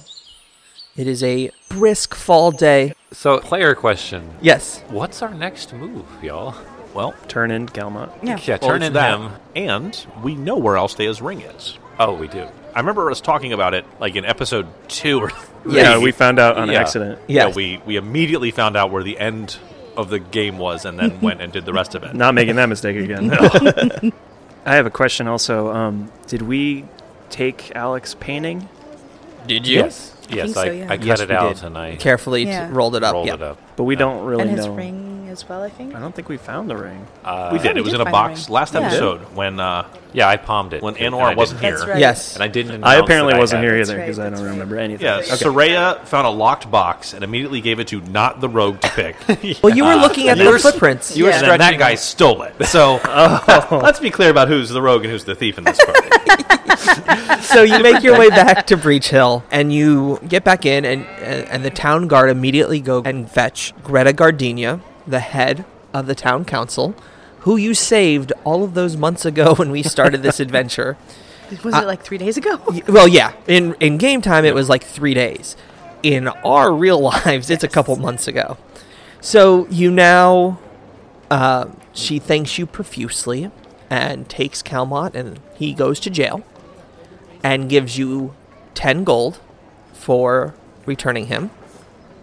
Speaker 4: It is a brisk fall day.
Speaker 9: *laughs* So, player question:
Speaker 4: Yes.
Speaker 9: What's our next move, y'all?
Speaker 6: well,
Speaker 7: Turn in Gelma.
Speaker 9: Yeah,
Speaker 6: well,
Speaker 9: turn
Speaker 6: it's
Speaker 9: in
Speaker 6: that.
Speaker 9: them.
Speaker 6: And we know where Alstea's ring is.
Speaker 9: Oh, we do.
Speaker 6: I remember us talking about it like in episode two or *laughs* three.
Speaker 7: Yeah, we found out on accident.
Speaker 6: Yeah,
Speaker 7: Yes.
Speaker 6: we we immediately found out where the end of the game was, and then went and did the rest of it.
Speaker 7: Not making that mistake again. *laughs* I have a question also. Um, did we take Alex painting?
Speaker 4: Did
Speaker 9: you? Yes. I Yes, think I- so, yeah. I cut it
Speaker 7: we
Speaker 9: out
Speaker 7: did.
Speaker 9: and I-
Speaker 4: Carefully t- Yeah. rolled it up, Rolled yeah. it up.
Speaker 7: But we don't really
Speaker 5: and his
Speaker 7: know.
Speaker 5: ring as well, I think.
Speaker 7: I don't think we found the ring.
Speaker 6: Uh,
Speaker 7: We
Speaker 6: we
Speaker 7: did,
Speaker 6: did.
Speaker 7: we
Speaker 6: It was
Speaker 7: did
Speaker 6: in a
Speaker 7: find
Speaker 6: box
Speaker 7: the ring.
Speaker 6: last
Speaker 7: Yeah.
Speaker 6: episode when. Uh,
Speaker 9: yeah, I palmed it
Speaker 6: when
Speaker 9: and
Speaker 6: Anwar
Speaker 9: I
Speaker 6: wasn't
Speaker 9: didn't-
Speaker 6: here.
Speaker 9: That's right. Yes. And I didn't
Speaker 7: I
Speaker 9: announce
Speaker 7: apparently
Speaker 9: that I
Speaker 7: wasn't
Speaker 9: had
Speaker 7: here
Speaker 9: it.
Speaker 7: either because I don't remember anything.
Speaker 6: Yeah,
Speaker 7: Okay.
Speaker 6: Soraya found a locked box and immediately gave it to not the rogue to *laughs* pick.
Speaker 4: Well, you were looking at
Speaker 6: and
Speaker 4: the
Speaker 6: then-
Speaker 4: footprints.
Speaker 6: You were Oh.
Speaker 4: Yeah.
Speaker 6: and then
Speaker 4: stretching.
Speaker 6: that guy stole it. *laughs* So let's be clear about who's the rogue and who's the thief in this party.
Speaker 4: so you make your way back to Breach Hill, and you get back in, and uh, and and the town guard immediately go and fetch Greta Gardenia, the head of the town council, who you saved all of those months ago when we started this adventure.
Speaker 5: Was
Speaker 4: Uh,
Speaker 5: it like three days ago?
Speaker 4: Well, yeah, in in game time it was like three days. In our *laughs* real lives, it's a couple months ago. So you now, uh, she thanks you profusely, and takes Calmont, and he goes to jail, and gives you ten gold for returning him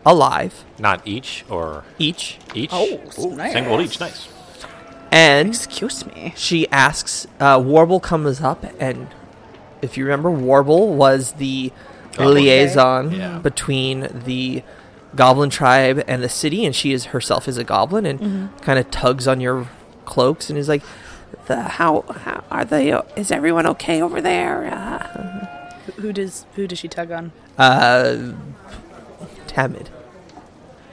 Speaker 4: alive
Speaker 9: *laughs* Not each or
Speaker 4: each.
Speaker 9: each.
Speaker 4: Oh,
Speaker 9: single
Speaker 4: nice.
Speaker 9: each. Nice.
Speaker 4: And
Speaker 5: excuse me.
Speaker 4: She asks. Uh, Warble comes up, and if you remember, Warble was the
Speaker 9: Oh, okay.
Speaker 4: liaison
Speaker 9: Yeah.
Speaker 4: between the goblin tribe and the city, and she is herself is a goblin, and
Speaker 10: Mhm.
Speaker 5: Mm-hmm.
Speaker 4: kind of tugs on your cloaks, and is like, the, "How how are they? Is everyone okay over there?" Uh,
Speaker 5: *laughs* Who- Who does who does she tug on?
Speaker 4: uh Tamid.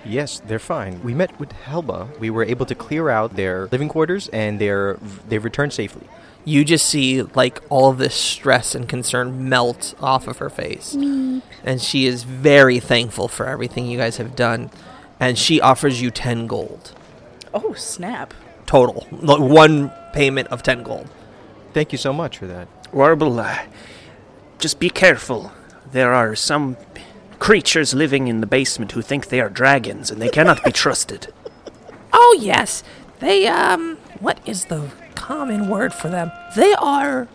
Speaker 8: Yes, they're fine. We met with Helba. We were able to clear out their living quarters, and they're they've returned safely.
Speaker 4: you just see like all of this stress and concern melt off of her face
Speaker 10: Meep.
Speaker 4: and she is very thankful for everything you guys have done and she offers you 10 gold
Speaker 5: Oh snap!
Speaker 4: total like one payment of 10 gold
Speaker 8: Thank you so much for that.
Speaker 7: Warble, uh, just be careful. There are some creatures living in the basement who think they are dragons and they cannot be *laughs* trusted.
Speaker 10: Oh yes, they um. What is the common word for them? They are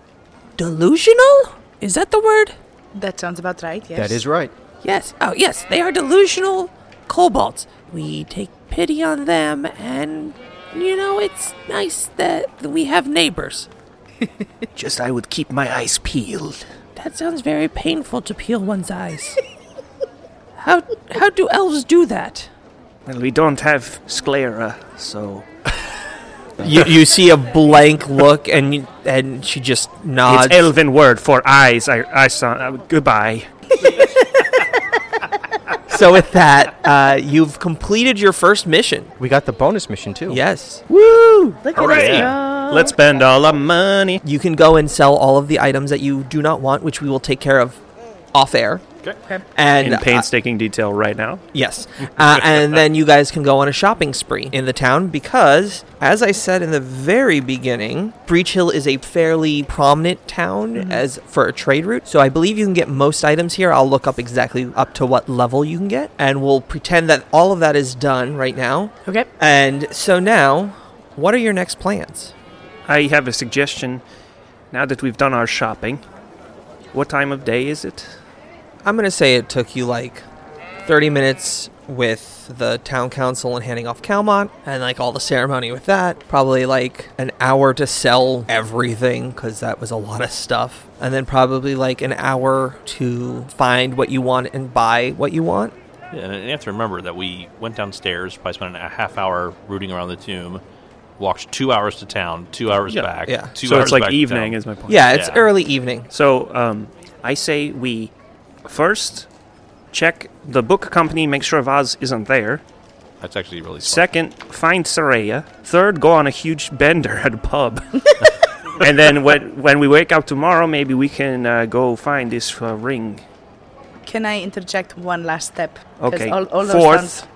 Speaker 10: delusional. Is that the word?
Speaker 5: That sounds about right. Yes.
Speaker 8: That is right.
Speaker 10: Yes. Oh yes, they are delusional kobolds. We take pity on them, and you know it's nice that we have neighbors.
Speaker 7: Just I would keep my eyes peeled.
Speaker 10: That sounds very painful to peel one's eyes. *laughs* how how do elves do that?
Speaker 7: Well, we don't have sclera, so
Speaker 4: you, you see a blank look and you, and she just nods
Speaker 7: it's elven word for eyes. I, I saw. Uh, goodbye.
Speaker 4: so with that uh, you've completed your first mission
Speaker 8: we got the bonus mission too
Speaker 4: yes
Speaker 7: Woo!
Speaker 5: Look at us go.
Speaker 7: Let's spend all our money.
Speaker 4: You can go and sell all of the items that you do not want, which we will take care of off air.
Speaker 5: Okay.
Speaker 4: And uh,
Speaker 7: In painstaking detail right now.
Speaker 4: Yes. Uh, and then you guys can go on a shopping spree in the town because, as I said in the very beginning, Breach Hill is a fairly prominent town
Speaker 5: Mm-hmm.
Speaker 4: as for a trade route. So I believe you can get most items here. I'll look up exactly up to what level you can get, and we'll pretend that all of that is done right now.
Speaker 5: Okay.
Speaker 4: And so now, what are your next plans?
Speaker 7: I have a suggestion. Now that we've done our shopping, what time of day is it?
Speaker 4: I'm gonna say it took you like 30 minutes with the town council and handing off Calmont and like all the ceremony with that. Probably like an hour to sell everything because that was a lot of stuff, and then probably like an hour to find what you want and buy what you want.
Speaker 6: Yeah, and you have to remember that we went downstairs, probably spent a half hour rooting around the tomb, walked two hours to town, two hours
Speaker 7: Yeah.
Speaker 6: back.
Speaker 4: Yeah.
Speaker 6: Two
Speaker 7: so
Speaker 6: hours
Speaker 7: it's like
Speaker 6: back to
Speaker 7: evening,
Speaker 6: town.
Speaker 7: is my point.
Speaker 4: Yeah, it's early evening.
Speaker 7: So um, I say we first check the book company, make sure Vaz isn't there.
Speaker 6: That's actually really smart.
Speaker 7: Second, find Saraya. Third, go on a huge bender at a pub. *laughs* and then when when we wake up tomorrow, maybe we can uh, go find this uh, ring.
Speaker 5: Can I interject one last step? 'Cause
Speaker 7: Okay.
Speaker 5: All, all those
Speaker 7: Fourth.
Speaker 5: sounds,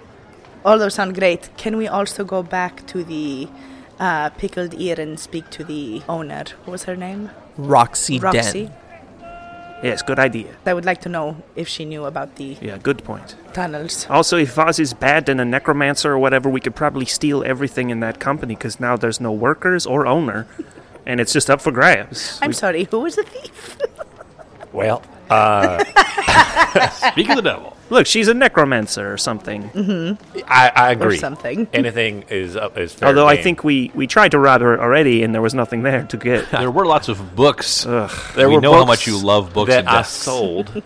Speaker 5: all those sound great. Can we also go back to the uh, pickled ear and speak to the owner? What was her name?
Speaker 4: Roxy,
Speaker 5: Roxy.
Speaker 4: Den.
Speaker 7: Yes, good idea.
Speaker 5: I would like to know if she knew about the
Speaker 7: Yeah, good point.
Speaker 5: tunnels.
Speaker 7: Also, if Vaz is bad and a necromancer or whatever, we could probably steal everything in that company because now there's no workers or owner, and it's just up for grabs.
Speaker 5: I'm
Speaker 7: We-
Speaker 5: sorry. Who was the thief?
Speaker 9: Well, uh,
Speaker 6: Speak of the devil.
Speaker 7: Look, she's a necromancer or something.
Speaker 4: Mm-hmm.
Speaker 9: I, I agree.
Speaker 5: something.
Speaker 9: *laughs* Anything is up is fair.
Speaker 7: Although I
Speaker 9: game.
Speaker 7: think we, we tried to rob her already, and there was nothing there
Speaker 9: *laughs*
Speaker 7: to get.
Speaker 6: There were lots of books.
Speaker 9: Uh, there
Speaker 6: we
Speaker 9: were
Speaker 6: know how
Speaker 9: books
Speaker 6: much you love books
Speaker 9: that
Speaker 6: and
Speaker 9: I
Speaker 6: desks.
Speaker 9: sold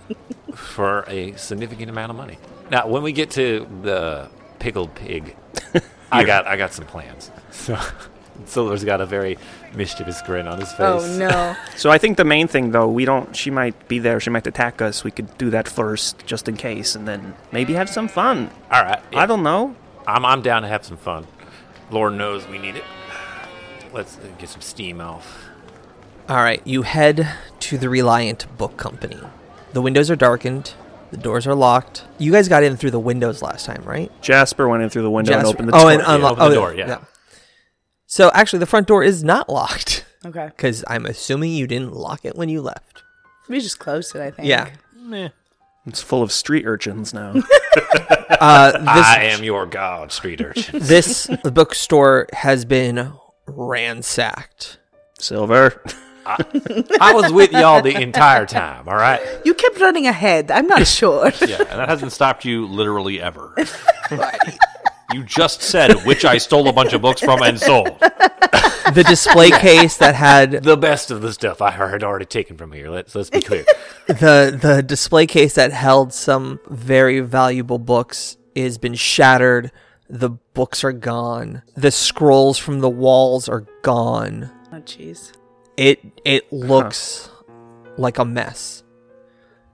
Speaker 9: for a significant amount of money. Now, when we get to the pickled pig, I got I got some plans. So, *laughs* Silver's got a very mischievous grin on his face.
Speaker 5: Oh no.
Speaker 7: So I think the main thing, though, we don't. She might be there. She might attack us. We could do that first, just in case, and then maybe have some fun.
Speaker 9: All right, yeah,
Speaker 7: I don't know.
Speaker 9: I'm I'm down to have some fun. Lord knows we need it. Let's uh, get some steam off.
Speaker 4: All right, you head to the Reliant Book Company. The windows are darkened, the doors are locked. You guys got in through the windows last time, right?
Speaker 7: Jasper went in through the window and
Speaker 4: Jasper-
Speaker 7: opened the
Speaker 4: oh,
Speaker 7: door.
Speaker 4: and unlock
Speaker 6: open the
Speaker 4: oh,
Speaker 6: door, yeah.
Speaker 4: So actually, the front door is not locked *laughs*
Speaker 5: Okay.
Speaker 4: because I'm assuming you didn't lock it when you left.
Speaker 5: We just closed it, I think.
Speaker 4: Yeah.
Speaker 7: it's full of street urchins
Speaker 4: *laughs*
Speaker 7: now.
Speaker 4: Uh,
Speaker 9: I am your god, street *laughs* urchin.
Speaker 4: this this bookstore has been ransacked.
Speaker 7: Silver.
Speaker 9: I was with y'all the entire time. All right.
Speaker 5: You kept running ahead. I'm not *laughs* sure.
Speaker 6: *laughs* Yeah, and that hasn't stopped you literally
Speaker 9: *laughs*
Speaker 6: ever. you just said which I stole a bunch of books from and sold.
Speaker 4: The display case that had
Speaker 9: the best of the stuff I heard already taken from here. Let's let's be clear.
Speaker 4: the the display case that held some very valuable books has been shattered. The books are gone. The scrolls from the walls are gone.
Speaker 5: Oh jeez.
Speaker 4: It it looks like a mess.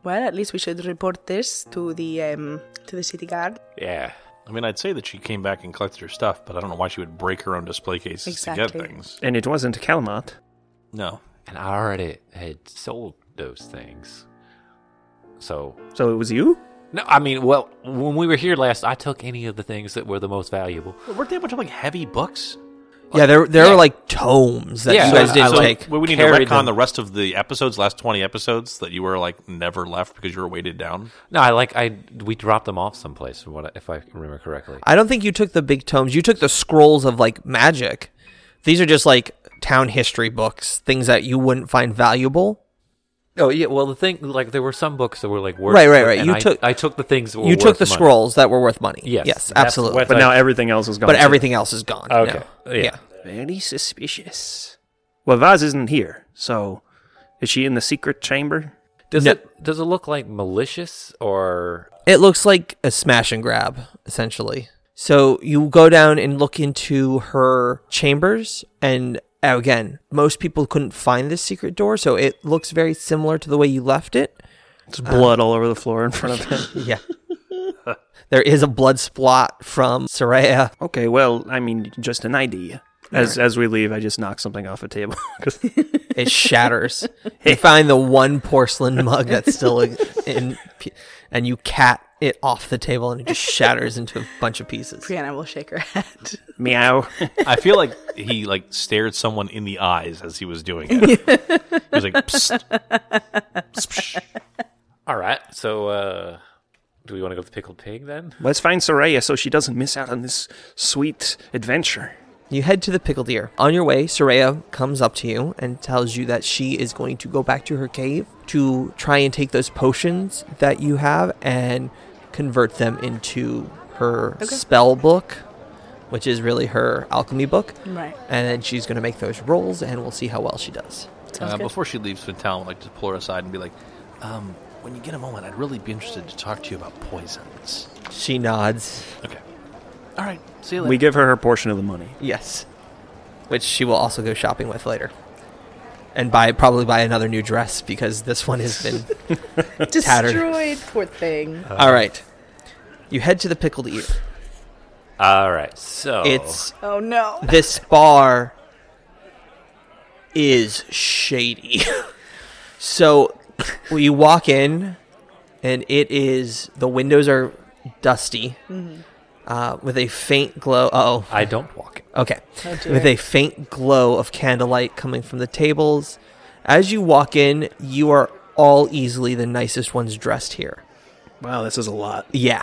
Speaker 5: Well, at least we should report this to the um to the city guard.
Speaker 9: yeah.
Speaker 6: I mean, I'd say that she came back and collected her stuff, but I don't know why she would break her own display cases to
Speaker 5: Exactly.
Speaker 6: get things.
Speaker 7: and it wasn't Kelmot.
Speaker 6: No.
Speaker 9: And I already had sold those things. So
Speaker 7: So it was you?
Speaker 9: no, I mean, well, when we were here last, I took any of the things that were the most valuable.
Speaker 6: Weren't they a bunch of like heavy books?
Speaker 4: yeah, there there
Speaker 9: yeah.
Speaker 4: were like tomes that
Speaker 9: Yeah,
Speaker 4: you guys didn't
Speaker 9: so-
Speaker 4: take.
Speaker 6: We, we need to
Speaker 9: Carried
Speaker 6: retcon
Speaker 9: them.
Speaker 6: the rest of the episodes, last twenty episodes, that you were like never left because you were weighted down.
Speaker 9: No, I like I we dropped them off someplace. From what I, if I remember correctly,
Speaker 4: I don't think you took the big tomes. You took the scrolls of like magic. These are just like town history books, things that you wouldn't find valuable.
Speaker 9: Oh yeah, well the thing like there were some books that were like worth
Speaker 4: Right, right, right.
Speaker 9: and
Speaker 4: You
Speaker 9: I,
Speaker 4: took-
Speaker 9: I took the things that were
Speaker 4: you took
Speaker 9: worth
Speaker 4: the
Speaker 9: money.
Speaker 4: scrolls that were worth money.
Speaker 9: Yes,
Speaker 4: yes,
Speaker 9: that's
Speaker 4: absolutely.
Speaker 9: what
Speaker 4: But,
Speaker 7: But
Speaker 9: I-
Speaker 7: now everything else is gone. too.
Speaker 4: everything else is gone.
Speaker 9: Okay,
Speaker 4: now.
Speaker 9: yeah.
Speaker 7: Very suspicious. Well, Vaz isn't here, so is she in the secret chamber?
Speaker 9: Does
Speaker 4: No.
Speaker 9: it does it look like malicious or
Speaker 4: It looks like a smash and grab, essentially. So you go down and look into her chambers, and uh, again, most people couldn't find this secret door, so it looks very similar to the way you left it.
Speaker 7: It's blood all over the floor in front of him.
Speaker 4: Yeah. *laughs* there is a blood splot from Soraya.
Speaker 7: *laughs* Okay, well, I mean, just an idea. As as we leave, I just knock something off a table. *laughs* 'Cause-
Speaker 4: It shatters. you find the one porcelain mug that's still in, in and you cat it off the table, and it just shatters into a bunch of pieces.
Speaker 5: Brianna will shake her *laughs* head.
Speaker 7: meow.
Speaker 6: I feel like he like stared someone in the eyes as he was doing
Speaker 4: *laughs*
Speaker 6: it. he was like, Psst. Pssh.
Speaker 9: all right? So uh do we want to go to the pickled pig then?
Speaker 7: Let's find Soraya so she doesn't miss out on this sweet adventure.
Speaker 4: You head to the pickled ear. On your way, Soraya comes up to you and tells you that she is going to go back to her cave to try and take those potions that you have and convert them into her spell book, which is really her alchemy book.
Speaker 5: Right.
Speaker 4: And then she's going to make those rolls and we'll see how well she does.
Speaker 6: Uh, before she leaves for town, I'd like to pull her aside and be like, um, when you get a moment, I'd really be interested to talk to you about poisons.
Speaker 4: She nods.
Speaker 6: Okay. All right. See you later.
Speaker 7: We give her her portion of the money.
Speaker 4: Yes. Which she will also go shopping with later. And buy probably buy another new dress because this one has *laughs* been Tattered.
Speaker 5: Destroyed poor thing.
Speaker 7: Uh.
Speaker 4: All right. You head to the pickled ear.
Speaker 9: All right. So
Speaker 4: It's
Speaker 5: Oh *laughs* no.
Speaker 4: this bar is shady. *laughs* so you walk in, and it is the windows are dusty uh, with a faint glow. Oh,
Speaker 9: I don't walk.
Speaker 4: okay, with a faint glow of candlelight coming from the tables. As you walk in, you are all easily the nicest ones dressed here.
Speaker 7: Wow, this is a lot. *laughs*
Speaker 4: Yeah.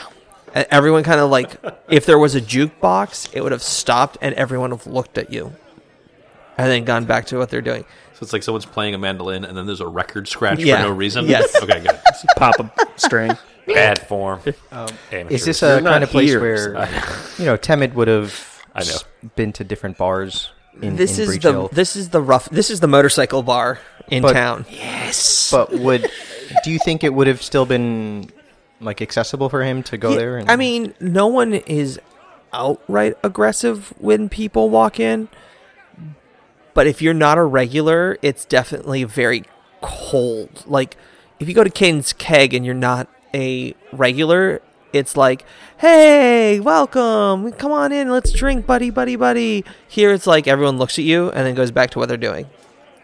Speaker 4: E- Everyone kind of like, if there was a jukebox, it would have stopped and everyone would have looked at you and then gone back to what they're doing.
Speaker 6: So it's like someone's playing a mandolin and then there's a record scratch
Speaker 4: Yeah.
Speaker 6: for no reason.
Speaker 4: Yes.
Speaker 9: *laughs*
Speaker 6: Okay,
Speaker 4: *laughs*
Speaker 6: good.
Speaker 7: Pop a string.
Speaker 9: Bad form.
Speaker 6: Um,
Speaker 8: Is this
Speaker 9: Amateurs.
Speaker 8: a
Speaker 7: not
Speaker 8: kind of place
Speaker 7: here,
Speaker 8: where you know Temid
Speaker 7: *laughs*
Speaker 8: would have s- been to different bars in
Speaker 4: This
Speaker 8: in
Speaker 4: is
Speaker 8: Breach
Speaker 4: the
Speaker 8: Hill?
Speaker 4: this is the rough this is the motorcycle bar in
Speaker 8: But-
Speaker 4: town.
Speaker 8: but would do you think it would have still been like accessible for him to go
Speaker 4: Yeah,
Speaker 8: there? And,
Speaker 4: I mean, no one is outright aggressive when people walk in, but if you're not a regular, it's definitely very cold. Like if you go to Kane's Keg and you're not a regular, it's like, "Hey, welcome. Come on in. Let's drink, buddy, buddy, buddy." Here it's like everyone looks at you and then goes back to what they're doing.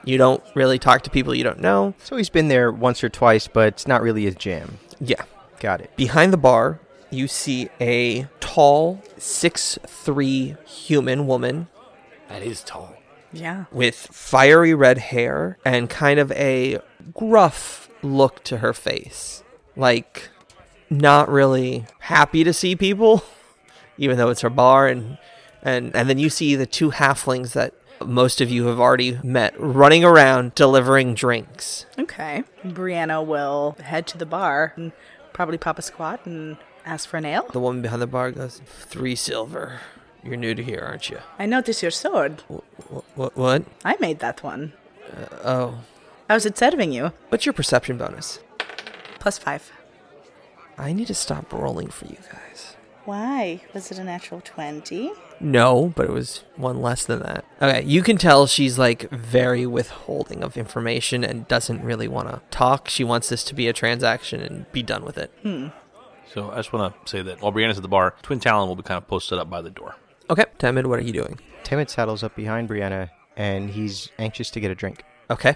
Speaker 4: You don't really talk to people you don't know.
Speaker 8: so he's been there once or twice, but it's not really his jam.
Speaker 4: Yeah.
Speaker 8: Got it.
Speaker 4: Behind the bar, you see a tall, six-three human woman
Speaker 9: That is tall.
Speaker 5: Yeah.
Speaker 4: with fiery red hair and kind of a gruff look to her face. Like, not really happy to see people, *laughs* even though it's her bar. And, and, and then you see the two halflings that most of you have already met running around delivering drinks.
Speaker 5: Okay. Brianna will head to the bar and probably pop a squat and ask for an ale.
Speaker 4: The woman behind the bar goes, Three silver. You're new to here, aren't you?
Speaker 5: I notice your sword.
Speaker 4: What? What?
Speaker 5: I made that one.
Speaker 7: Uh,
Speaker 4: Oh.
Speaker 5: I was it serving you?
Speaker 4: What's your perception bonus?
Speaker 5: Plus five.
Speaker 4: I need to stop rolling for you guys.
Speaker 5: Why? Was it a natural 20?
Speaker 4: No, but it was one less than that. Okay, you can tell she's like very withholding of information and doesn't really want to talk. She wants this to be a transaction and be done with it.
Speaker 6: So I just want to say that while Brianna's at the bar, Twin Talon will be kind of posted up by the door.
Speaker 4: Okay, Temid, what are you doing?
Speaker 8: Temid saddles up behind Brianna, and he's anxious to get a drink.
Speaker 4: Okay.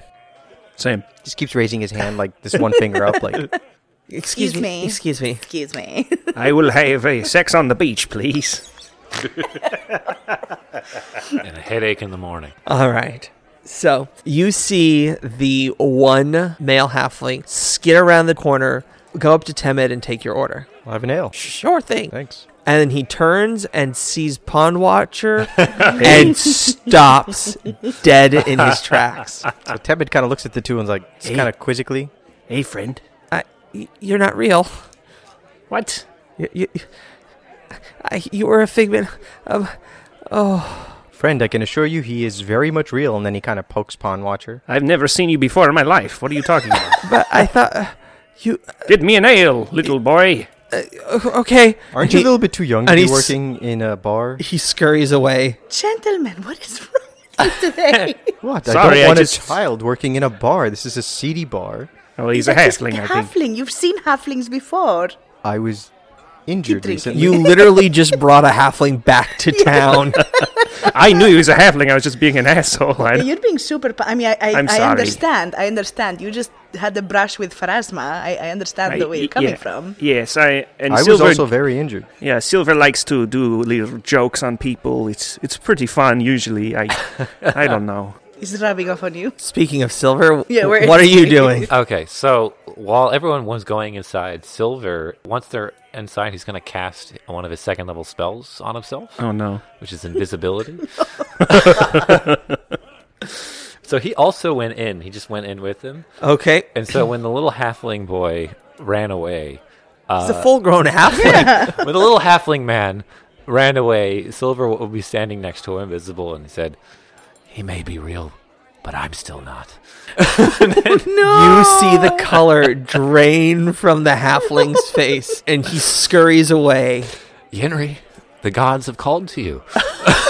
Speaker 7: Same.
Speaker 8: Just keeps raising his hand like this one finger up, like *laughs*
Speaker 4: Excuse
Speaker 5: Excuse me.
Speaker 4: Excuse me.
Speaker 5: Excuse me. *laughs*
Speaker 7: I will have a sex on the beach, please.
Speaker 9: And a headache in the morning.
Speaker 4: All right. So you see the one male halfling skid around the corner, go up to Temid and take your order.
Speaker 8: I'll have an ale.
Speaker 4: Sure thing.
Speaker 8: Thanks.
Speaker 4: and then he turns and sees Pond Watcher and stops dead in his tracks.
Speaker 8: So
Speaker 7: Ah.
Speaker 8: Temid kind of looks at the two and's like, kind of quizzically.
Speaker 7: Hey, friend.
Speaker 4: I, y- you're not real.
Speaker 7: What?
Speaker 4: You, you, I, you were a figment. Um, oh,
Speaker 8: Friend, I can assure you he is very much real. And then he kind of pokes Pawn Watcher.
Speaker 7: I've never seen you before in my life. What are you talking about? *laughs*
Speaker 4: but I thought uh, you.
Speaker 7: Get me an ale, little boy.
Speaker 4: Okay.
Speaker 8: Aren't
Speaker 4: he,
Speaker 8: you a little bit too young to
Speaker 4: and
Speaker 8: be
Speaker 4: he's-
Speaker 8: working in a bar?
Speaker 4: He scurries away.
Speaker 5: Gentlemen, what is wrong with *laughs*
Speaker 7: *laughs*
Speaker 5: you today?
Speaker 8: What? I
Speaker 7: Sorry,
Speaker 8: don't
Speaker 7: I
Speaker 8: want
Speaker 7: just-
Speaker 8: a child working in a bar. This is a seedy bar.
Speaker 7: Oh, he's a
Speaker 5: That is
Speaker 7: halfling, I think.
Speaker 5: halfling. You've seen halflings before.
Speaker 8: I was injured
Speaker 5: drinking.
Speaker 8: recently.
Speaker 4: You literally just brought a halfling back to town.
Speaker 7: I knew he was a halfling. I was just being an *laughs* asshole. I,
Speaker 5: You're being super. pa- I mean, I, I,
Speaker 7: I'm
Speaker 5: I
Speaker 7: sorry.
Speaker 5: understand. I understand. You just had the brush with Pharasma. I, I understand
Speaker 7: I-
Speaker 5: the way
Speaker 7: y-
Speaker 5: you're coming
Speaker 7: yeah.
Speaker 5: from.
Speaker 7: Yes, I and
Speaker 8: I was
Speaker 7: Silver.
Speaker 8: also very injured.
Speaker 7: yeah, Silver likes to do little jokes on people. It's it's pretty fun usually.
Speaker 5: *laughs*
Speaker 7: I I don't know.
Speaker 5: He's rubbing off on you.
Speaker 4: Speaking of silver,
Speaker 5: Yeah, we're-
Speaker 4: what are you doing?
Speaker 9: Okay, so while everyone was going inside, Silver, once they're inside, he's going to cast one of his second level spells on himself,
Speaker 7: Oh no.
Speaker 9: which is invisibility. *laughs* so he also went in. He just went in with him.
Speaker 4: Okay.
Speaker 9: And so when the little halfling boy ran away,
Speaker 4: He's a full grown halfling.
Speaker 9: when the little halfling man ran away, Silver will be standing next to him, invisible, and he said, He may be real, but I'm still not.
Speaker 4: You see the color drain from the halfling's face, and he scurries away.
Speaker 9: Yenri, the gods have called to you.
Speaker 4: *laughs*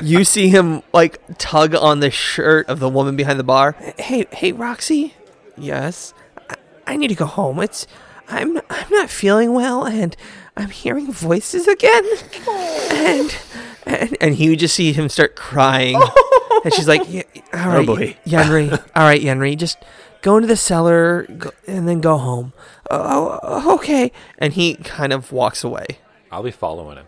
Speaker 4: You see him like tug on the shirt of the woman behind the bar. Hey, hey, Roxy. Yes. I, I need to go home. It's I'm I'm not feeling well, and I'm hearing voices again. And and, and he would just see him start *laughs* crying. and she's like, "Yeah,
Speaker 9: Oh,
Speaker 4: "All right,
Speaker 7: boy.
Speaker 9: *laughs*
Speaker 4: Yenri. All right, Yenri. Just go into the cellar go, and then go home." Oh, oh, okay. And he kind of walks away.
Speaker 9: I'll be following him.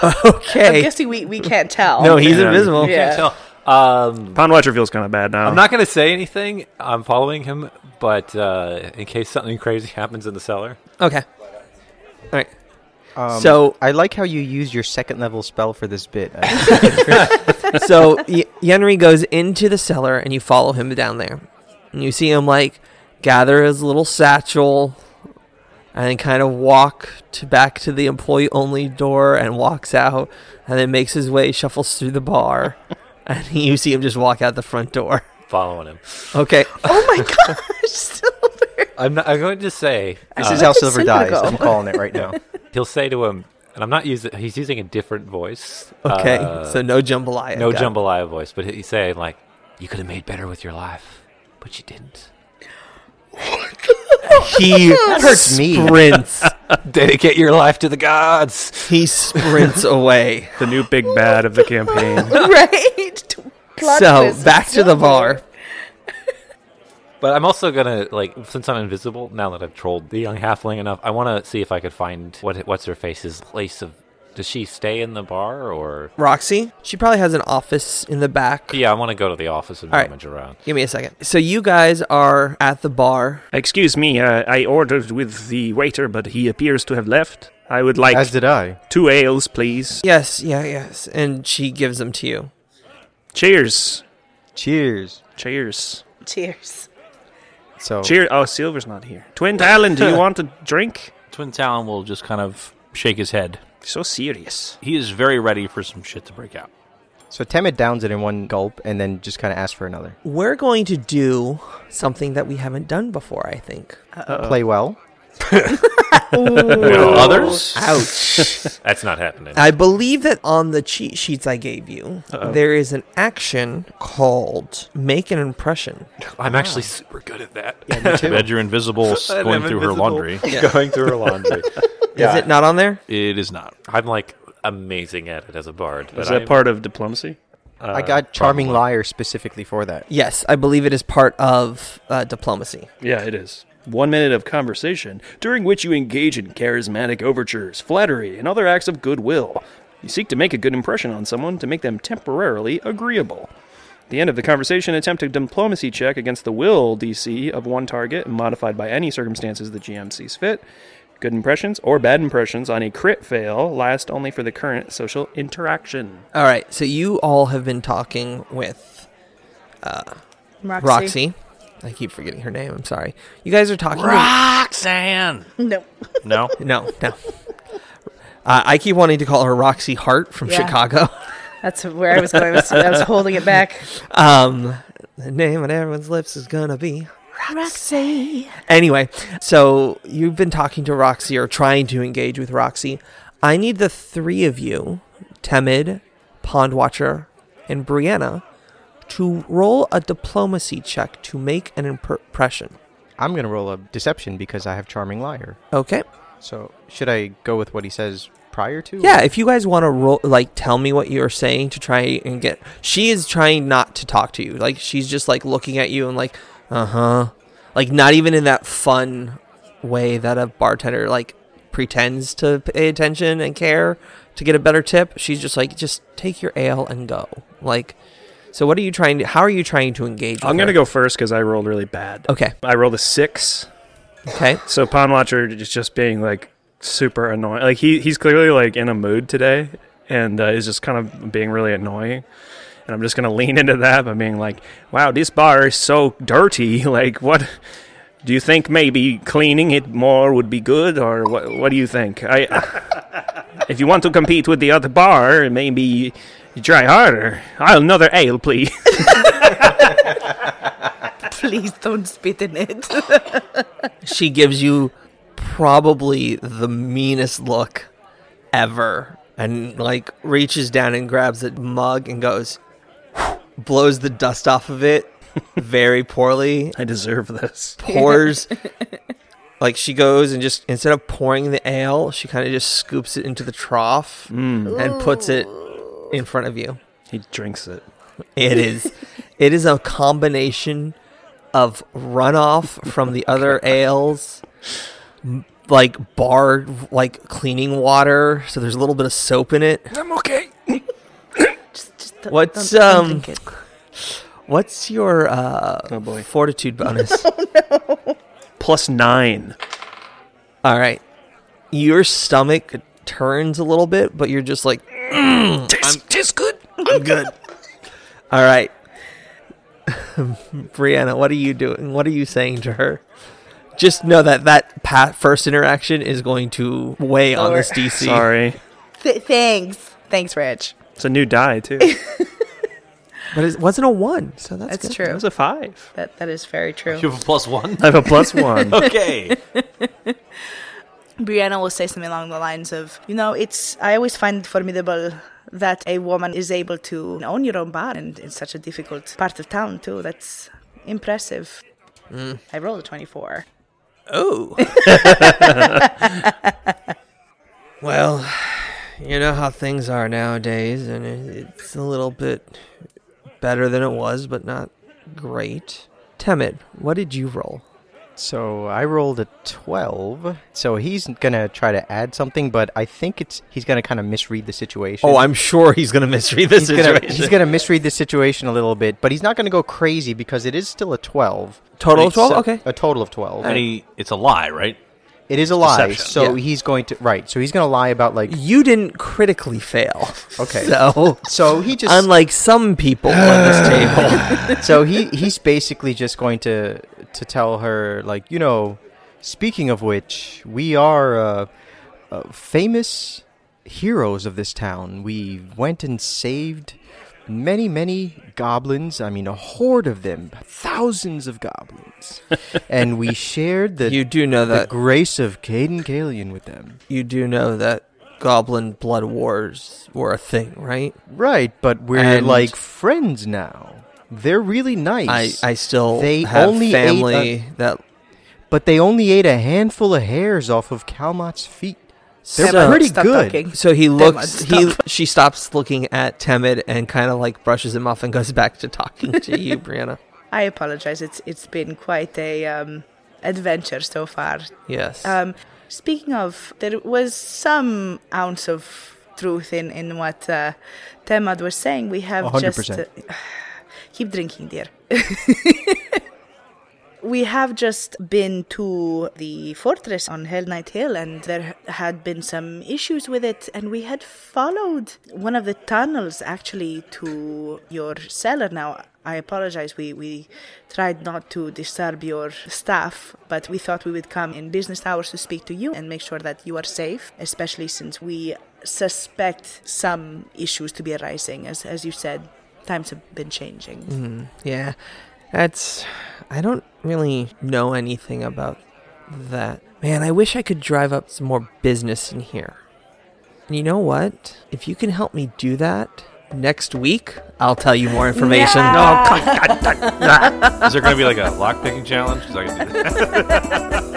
Speaker 5: I'm
Speaker 4: *laughs* Okay.
Speaker 5: guessing we, we can't *laughs* tell.
Speaker 4: No, he's
Speaker 7: man.
Speaker 4: invisible.
Speaker 5: yeah.
Speaker 9: Um,
Speaker 7: Pond Watcher feels kind of bad now.
Speaker 9: I'm not going to say anything. I'm following him, but uh, in case something crazy happens in the cellar,
Speaker 4: Okay. All right.
Speaker 8: Um,
Speaker 4: So-
Speaker 8: I like how you use your second level spell for this *laughs* bit. Uh,
Speaker 4: so y- Yenri goes into the cellar and you follow him down there. And you see him like gather his little satchel and then kind of walk to back to the employee only door and walks out and then makes his way, shuffles through the bar. *laughs* and you see him just walk out the front door.
Speaker 9: Following him. Uh,
Speaker 4: Okay.
Speaker 5: Oh *laughs*
Speaker 9: I'm, not, I'm going to say
Speaker 8: this
Speaker 9: uh,
Speaker 8: is how
Speaker 5: that's
Speaker 8: silver dies.
Speaker 5: cynical.
Speaker 8: I'm calling it *laughs* right now.
Speaker 9: he'll say to him, and I'm not using. He's using a different voice.
Speaker 4: Okay.
Speaker 9: Uh,
Speaker 4: so no jambalaya.
Speaker 9: no
Speaker 4: Got it.
Speaker 9: jambalaya voice, but he's saying like, "You could have made better with your life, but you didn't."
Speaker 4: He
Speaker 8: *laughs* hurts me.
Speaker 4: sprints.
Speaker 9: Dedicate your life to the gods.
Speaker 4: he
Speaker 8: *laughs*
Speaker 4: sprints away.
Speaker 7: The new big bad of the campaign. *laughs*
Speaker 5: right? Plot
Speaker 4: so
Speaker 5: twist.
Speaker 4: back to the bar.
Speaker 9: But I'm also gonna like, since I'm invisible now that I've trolled the young halfling enough, I want to see if I could find what what's her face's place of. Does she stay in the bar or?
Speaker 4: Roxy, she probably has an office in the back.
Speaker 9: Yeah, I want to go to the office and
Speaker 4: All right.
Speaker 9: rummage around.
Speaker 4: Give me a second. So you guys are at the bar.
Speaker 7: Excuse me, uh, I ordered with the waiter, but he appears to have left. I would like
Speaker 8: As did I.
Speaker 7: two ales, please.
Speaker 4: Yes, yeah, yes. And she gives them to you.
Speaker 7: Cheers.
Speaker 8: Cheers.
Speaker 7: Cheers.
Speaker 5: Cheers.
Speaker 8: So
Speaker 7: Cheers. Oh, Silver's not here. Twin Talon, do you want a drink?
Speaker 6: Twin Talon will just kind of shake his head.
Speaker 7: So serious.
Speaker 6: He is very ready for some shit to break out.
Speaker 8: so Temid downs it in one gulp and then just kind of asks for another.
Speaker 4: We're going to do something that we haven't done before, I think.
Speaker 8: Play well.
Speaker 6: Others?
Speaker 4: Ouch.
Speaker 9: That's not happening.
Speaker 4: I believe that on the cheat sheets I gave you, there is an action called make an impression.
Speaker 9: I'm actually super good at that.
Speaker 6: Bed you're invisible
Speaker 9: *laughs*
Speaker 6: s-
Speaker 9: And
Speaker 6: going
Speaker 9: I'm
Speaker 6: through her
Speaker 9: invisible.
Speaker 6: laundry.
Speaker 9: *laughs* Going through her laundry.
Speaker 4: Is it not on there?
Speaker 6: It is not.
Speaker 9: I'm like amazing at it as a bard. But
Speaker 7: Is that
Speaker 9: I'm-
Speaker 7: part of diplomacy?
Speaker 8: I got charming liar specifically for that.
Speaker 4: Yes, I believe it is part of uh, diplomacy.
Speaker 7: Yeah, it is. One minute of conversation, during which you engage in charismatic overtures, flattery, and other acts of goodwill. You seek to make a good impression on someone to make them temporarily agreeable. At the end of the conversation, attempt a diplomacy check against the will DC of one target, modified by any circumstances the GM sees fit. Good impressions or bad impressions on a crit fail last only for the current social interaction.
Speaker 4: All right, so you all have been talking with uh,
Speaker 5: Roxy.
Speaker 4: Roxy. I keep forgetting her name. I'm sorry. You guys are talking. to-
Speaker 6: Roxanne!
Speaker 5: No.
Speaker 6: No?
Speaker 4: No, no. *laughs* Uh, I keep wanting to call her Roxy Hart from
Speaker 5: Yeah.
Speaker 4: Chicago.
Speaker 5: That's where I was going. I was, I was holding it back.
Speaker 4: Um, the name on everyone's lips is gonna be Roxy. Anyway, so you've been talking to Roxy or trying to engage with Roxy. I need the three of you, Temid, Pond Watcher, and Brianna, to roll a diplomacy check to make an imp- impression.
Speaker 8: I'm gonna roll a deception because I have charming liar.
Speaker 4: Okay.
Speaker 8: So should I go with what he says prior to?
Speaker 4: Yeah, if you guys want to roll, like, tell me what you're saying to try and get. She is trying not to talk to you. Like, she's just like looking at you and like, uh huh, like not even in that fun way that a bartender like pretends to pay attention and care to get a better tip. She's just like, just take your ale and go. Like, so what are you trying to? How are you trying to engage?
Speaker 7: I'm
Speaker 4: with
Speaker 7: going
Speaker 4: her?
Speaker 7: to go first because I rolled really bad.
Speaker 4: Okay.
Speaker 7: I rolled a six.
Speaker 4: Okay.
Speaker 7: So Pond Watcher is just being like super annoying. Like he he's clearly like in a mood today, and uh, is just kind of being really annoying. And I'm just gonna lean into that by being like, "Wow, this bar is so dirty. *laughs* Like, what? Do you think maybe cleaning it more would be good, or what? What do you think? I, *laughs* if you want to compete with the other bar, maybe you try harder. I'll another ale, please. *laughs*
Speaker 5: Please don't spit in it.
Speaker 4: she gives you probably the meanest look ever and like reaches down and grabs a mug and goes blows the dust off of it very poorly
Speaker 7: I deserve this.
Speaker 4: pours like she goes and just instead of pouring the ale she kind of just scoops it into the trough and puts it in front of you
Speaker 7: He drinks it.
Speaker 4: it is. it is a combination of runoff from the
Speaker 5: *laughs*
Speaker 4: other ales, m- like bar, like cleaning water. So there's a little bit of soap in it.
Speaker 9: I'm okay.
Speaker 5: Just don't-
Speaker 4: What's,
Speaker 5: don't- don't
Speaker 4: um,
Speaker 5: drink it.
Speaker 4: What's your uh,
Speaker 7: Oh boy.
Speaker 4: fortitude bonus?
Speaker 7: Plus nine.
Speaker 4: All right, your stomach turns a little bit, but you're just like, "Mm,
Speaker 10: Tastes-
Speaker 4: I'm- *laughs* I'm good. All right, *laughs* Brianna, what are you doing? What are you saying to her? Just know that that pa- first interaction is going to weigh on
Speaker 5: Lower.
Speaker 4: this DC.
Speaker 7: Sorry.
Speaker 5: Th- thanks. Thanks, Rich.
Speaker 7: It's a new die, too.
Speaker 4: but it wasn't a one, so that's,
Speaker 5: That's
Speaker 4: good.
Speaker 5: true.
Speaker 7: It was a five.
Speaker 5: That that is very true.
Speaker 6: You have a plus one?
Speaker 7: I have a plus one.
Speaker 6: okay.
Speaker 5: Brianna will say something along the lines of, you know, it's I always find it formidable that a woman is able to own your own bar and in such a difficult part of town too. That's impressive. I rolled a twenty-four.
Speaker 4: Oh. well, you know how things are nowadays, and it- it's a little bit better than it was, but not great. Temid, what did you roll?
Speaker 8: So I rolled a 12. So he's going to try to add something, but I think it's he's going to kind of misread the situation.
Speaker 4: Oh, I'm sure he's gonna misread this
Speaker 8: he's Gonna, he's going to misread the situation a little bit, but he's not going to go crazy because it is still a 12.
Speaker 4: Total of
Speaker 8: It's
Speaker 4: 12?
Speaker 8: a-
Speaker 4: Oh, Okay.
Speaker 8: A total of 12.
Speaker 6: And he, it's a lie, right?
Speaker 8: it is a lie.
Speaker 6: Deception.
Speaker 8: So
Speaker 4: Yeah.
Speaker 8: he's going to right. So he's going to lie about like
Speaker 4: You didn't critically fail.
Speaker 8: Okay.
Speaker 4: So,
Speaker 8: so he just
Speaker 4: unlike some people on *sighs* this table,
Speaker 8: so he he's basically just going to to tell her like you know speaking of which we are uh, uh, famous heroes of this town we went and saved many many goblins i mean a horde of them thousands of
Speaker 4: *laughs*
Speaker 8: goblins and we shared the,
Speaker 4: you do know
Speaker 8: the
Speaker 4: that
Speaker 8: grace of caden Kalian with them
Speaker 4: you do know that goblin blood wars were a thing, right?
Speaker 8: right but we're
Speaker 4: And-
Speaker 8: like friends now they're really
Speaker 4: I,
Speaker 8: nice
Speaker 4: I still
Speaker 8: They
Speaker 4: have
Speaker 8: only ate
Speaker 4: family that
Speaker 8: but they only ate a handful of hairs off of Calmott's feet. They're
Speaker 4: So-
Speaker 8: pretty
Speaker 5: Stop
Speaker 8: good.
Speaker 5: talking.
Speaker 4: So he looks.
Speaker 5: must
Speaker 4: He she stops looking at Temid and kind of like brushes him off and goes back to talking to
Speaker 5: *laughs*
Speaker 4: you, Brianna.
Speaker 5: I apologize. It's it's been quite a um, adventure so far.
Speaker 4: Yes.
Speaker 5: Um, speaking of, there was some ounce of truth in in what uh, Temad was saying. We have just
Speaker 8: 100%.
Speaker 5: uh, keep drinking, dear. *laughs* We have just been to the fortress on Hell Knight Hill, and there had been some issues with it. And we had followed one of the tunnels actually to your cellar. Now, I apologize. We we tried not to disturb your staff, but we thought we would come in business hours to speak to you and make sure that you are safe, especially since we suspect some issues to be arising, as as you said. Times have been changing.
Speaker 4: yeah, that's. I don't really know anything about that. Man, I wish I could drive up some more business in here. And you know what? If you can help me do that next week, I'll tell you more information.
Speaker 6: *laughs* Is there going to be like a lock picking challenge? 'Cause I can do that.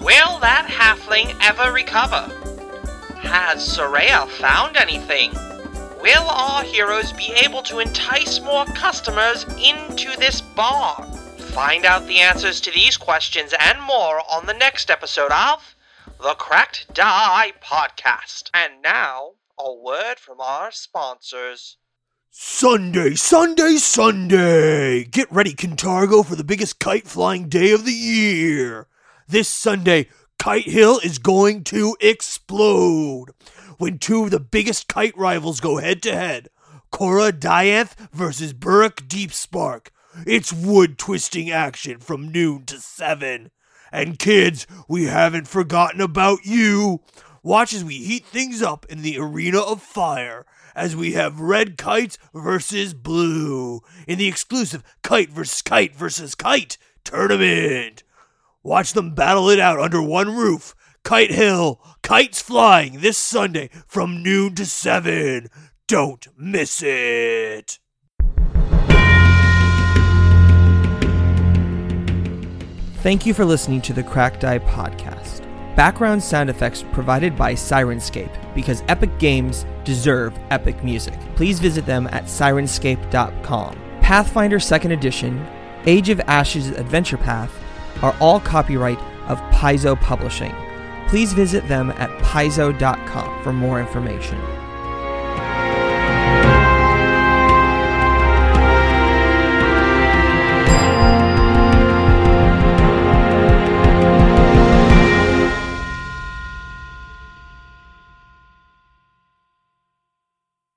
Speaker 3: Will that halfling ever recover? Has Soraya found anything? Will our heroes be able to entice more customers into this bar? Find out the answers to these questions and more on the next episode of the Cracked Die Podcast. And now, a word from our sponsors.
Speaker 11: Sunday, Sunday, Sunday! Get ready, Cantargo, for the biggest kite flying day of the year! This Sunday, Kite Hill is going to explode when two of the biggest kite rivals go head to head Cora Dianth versus Burke Deep Spark. It's wood twisting action from noon to 7. And kids, we haven't forgotten about you! Watch as we heat things up in the arena of fire
Speaker 7: as we have red kites versus blue in the exclusive kite versus kite versus kite tournament. Watch them battle it out under one roof. Kite Hill, kites flying this Sunday from noon to 7. Don't miss it.
Speaker 4: Thank you for listening to the Cracked Eye Podcast. Background sound effects provided by Sirenscape because epic games deserve epic music. Please visit them at sirenscape.com. Pathfinder 2nd Edition, Age of Ashes Adventure Path are all copyright of Paizo Publishing. Please visit them at paizo.com for more information.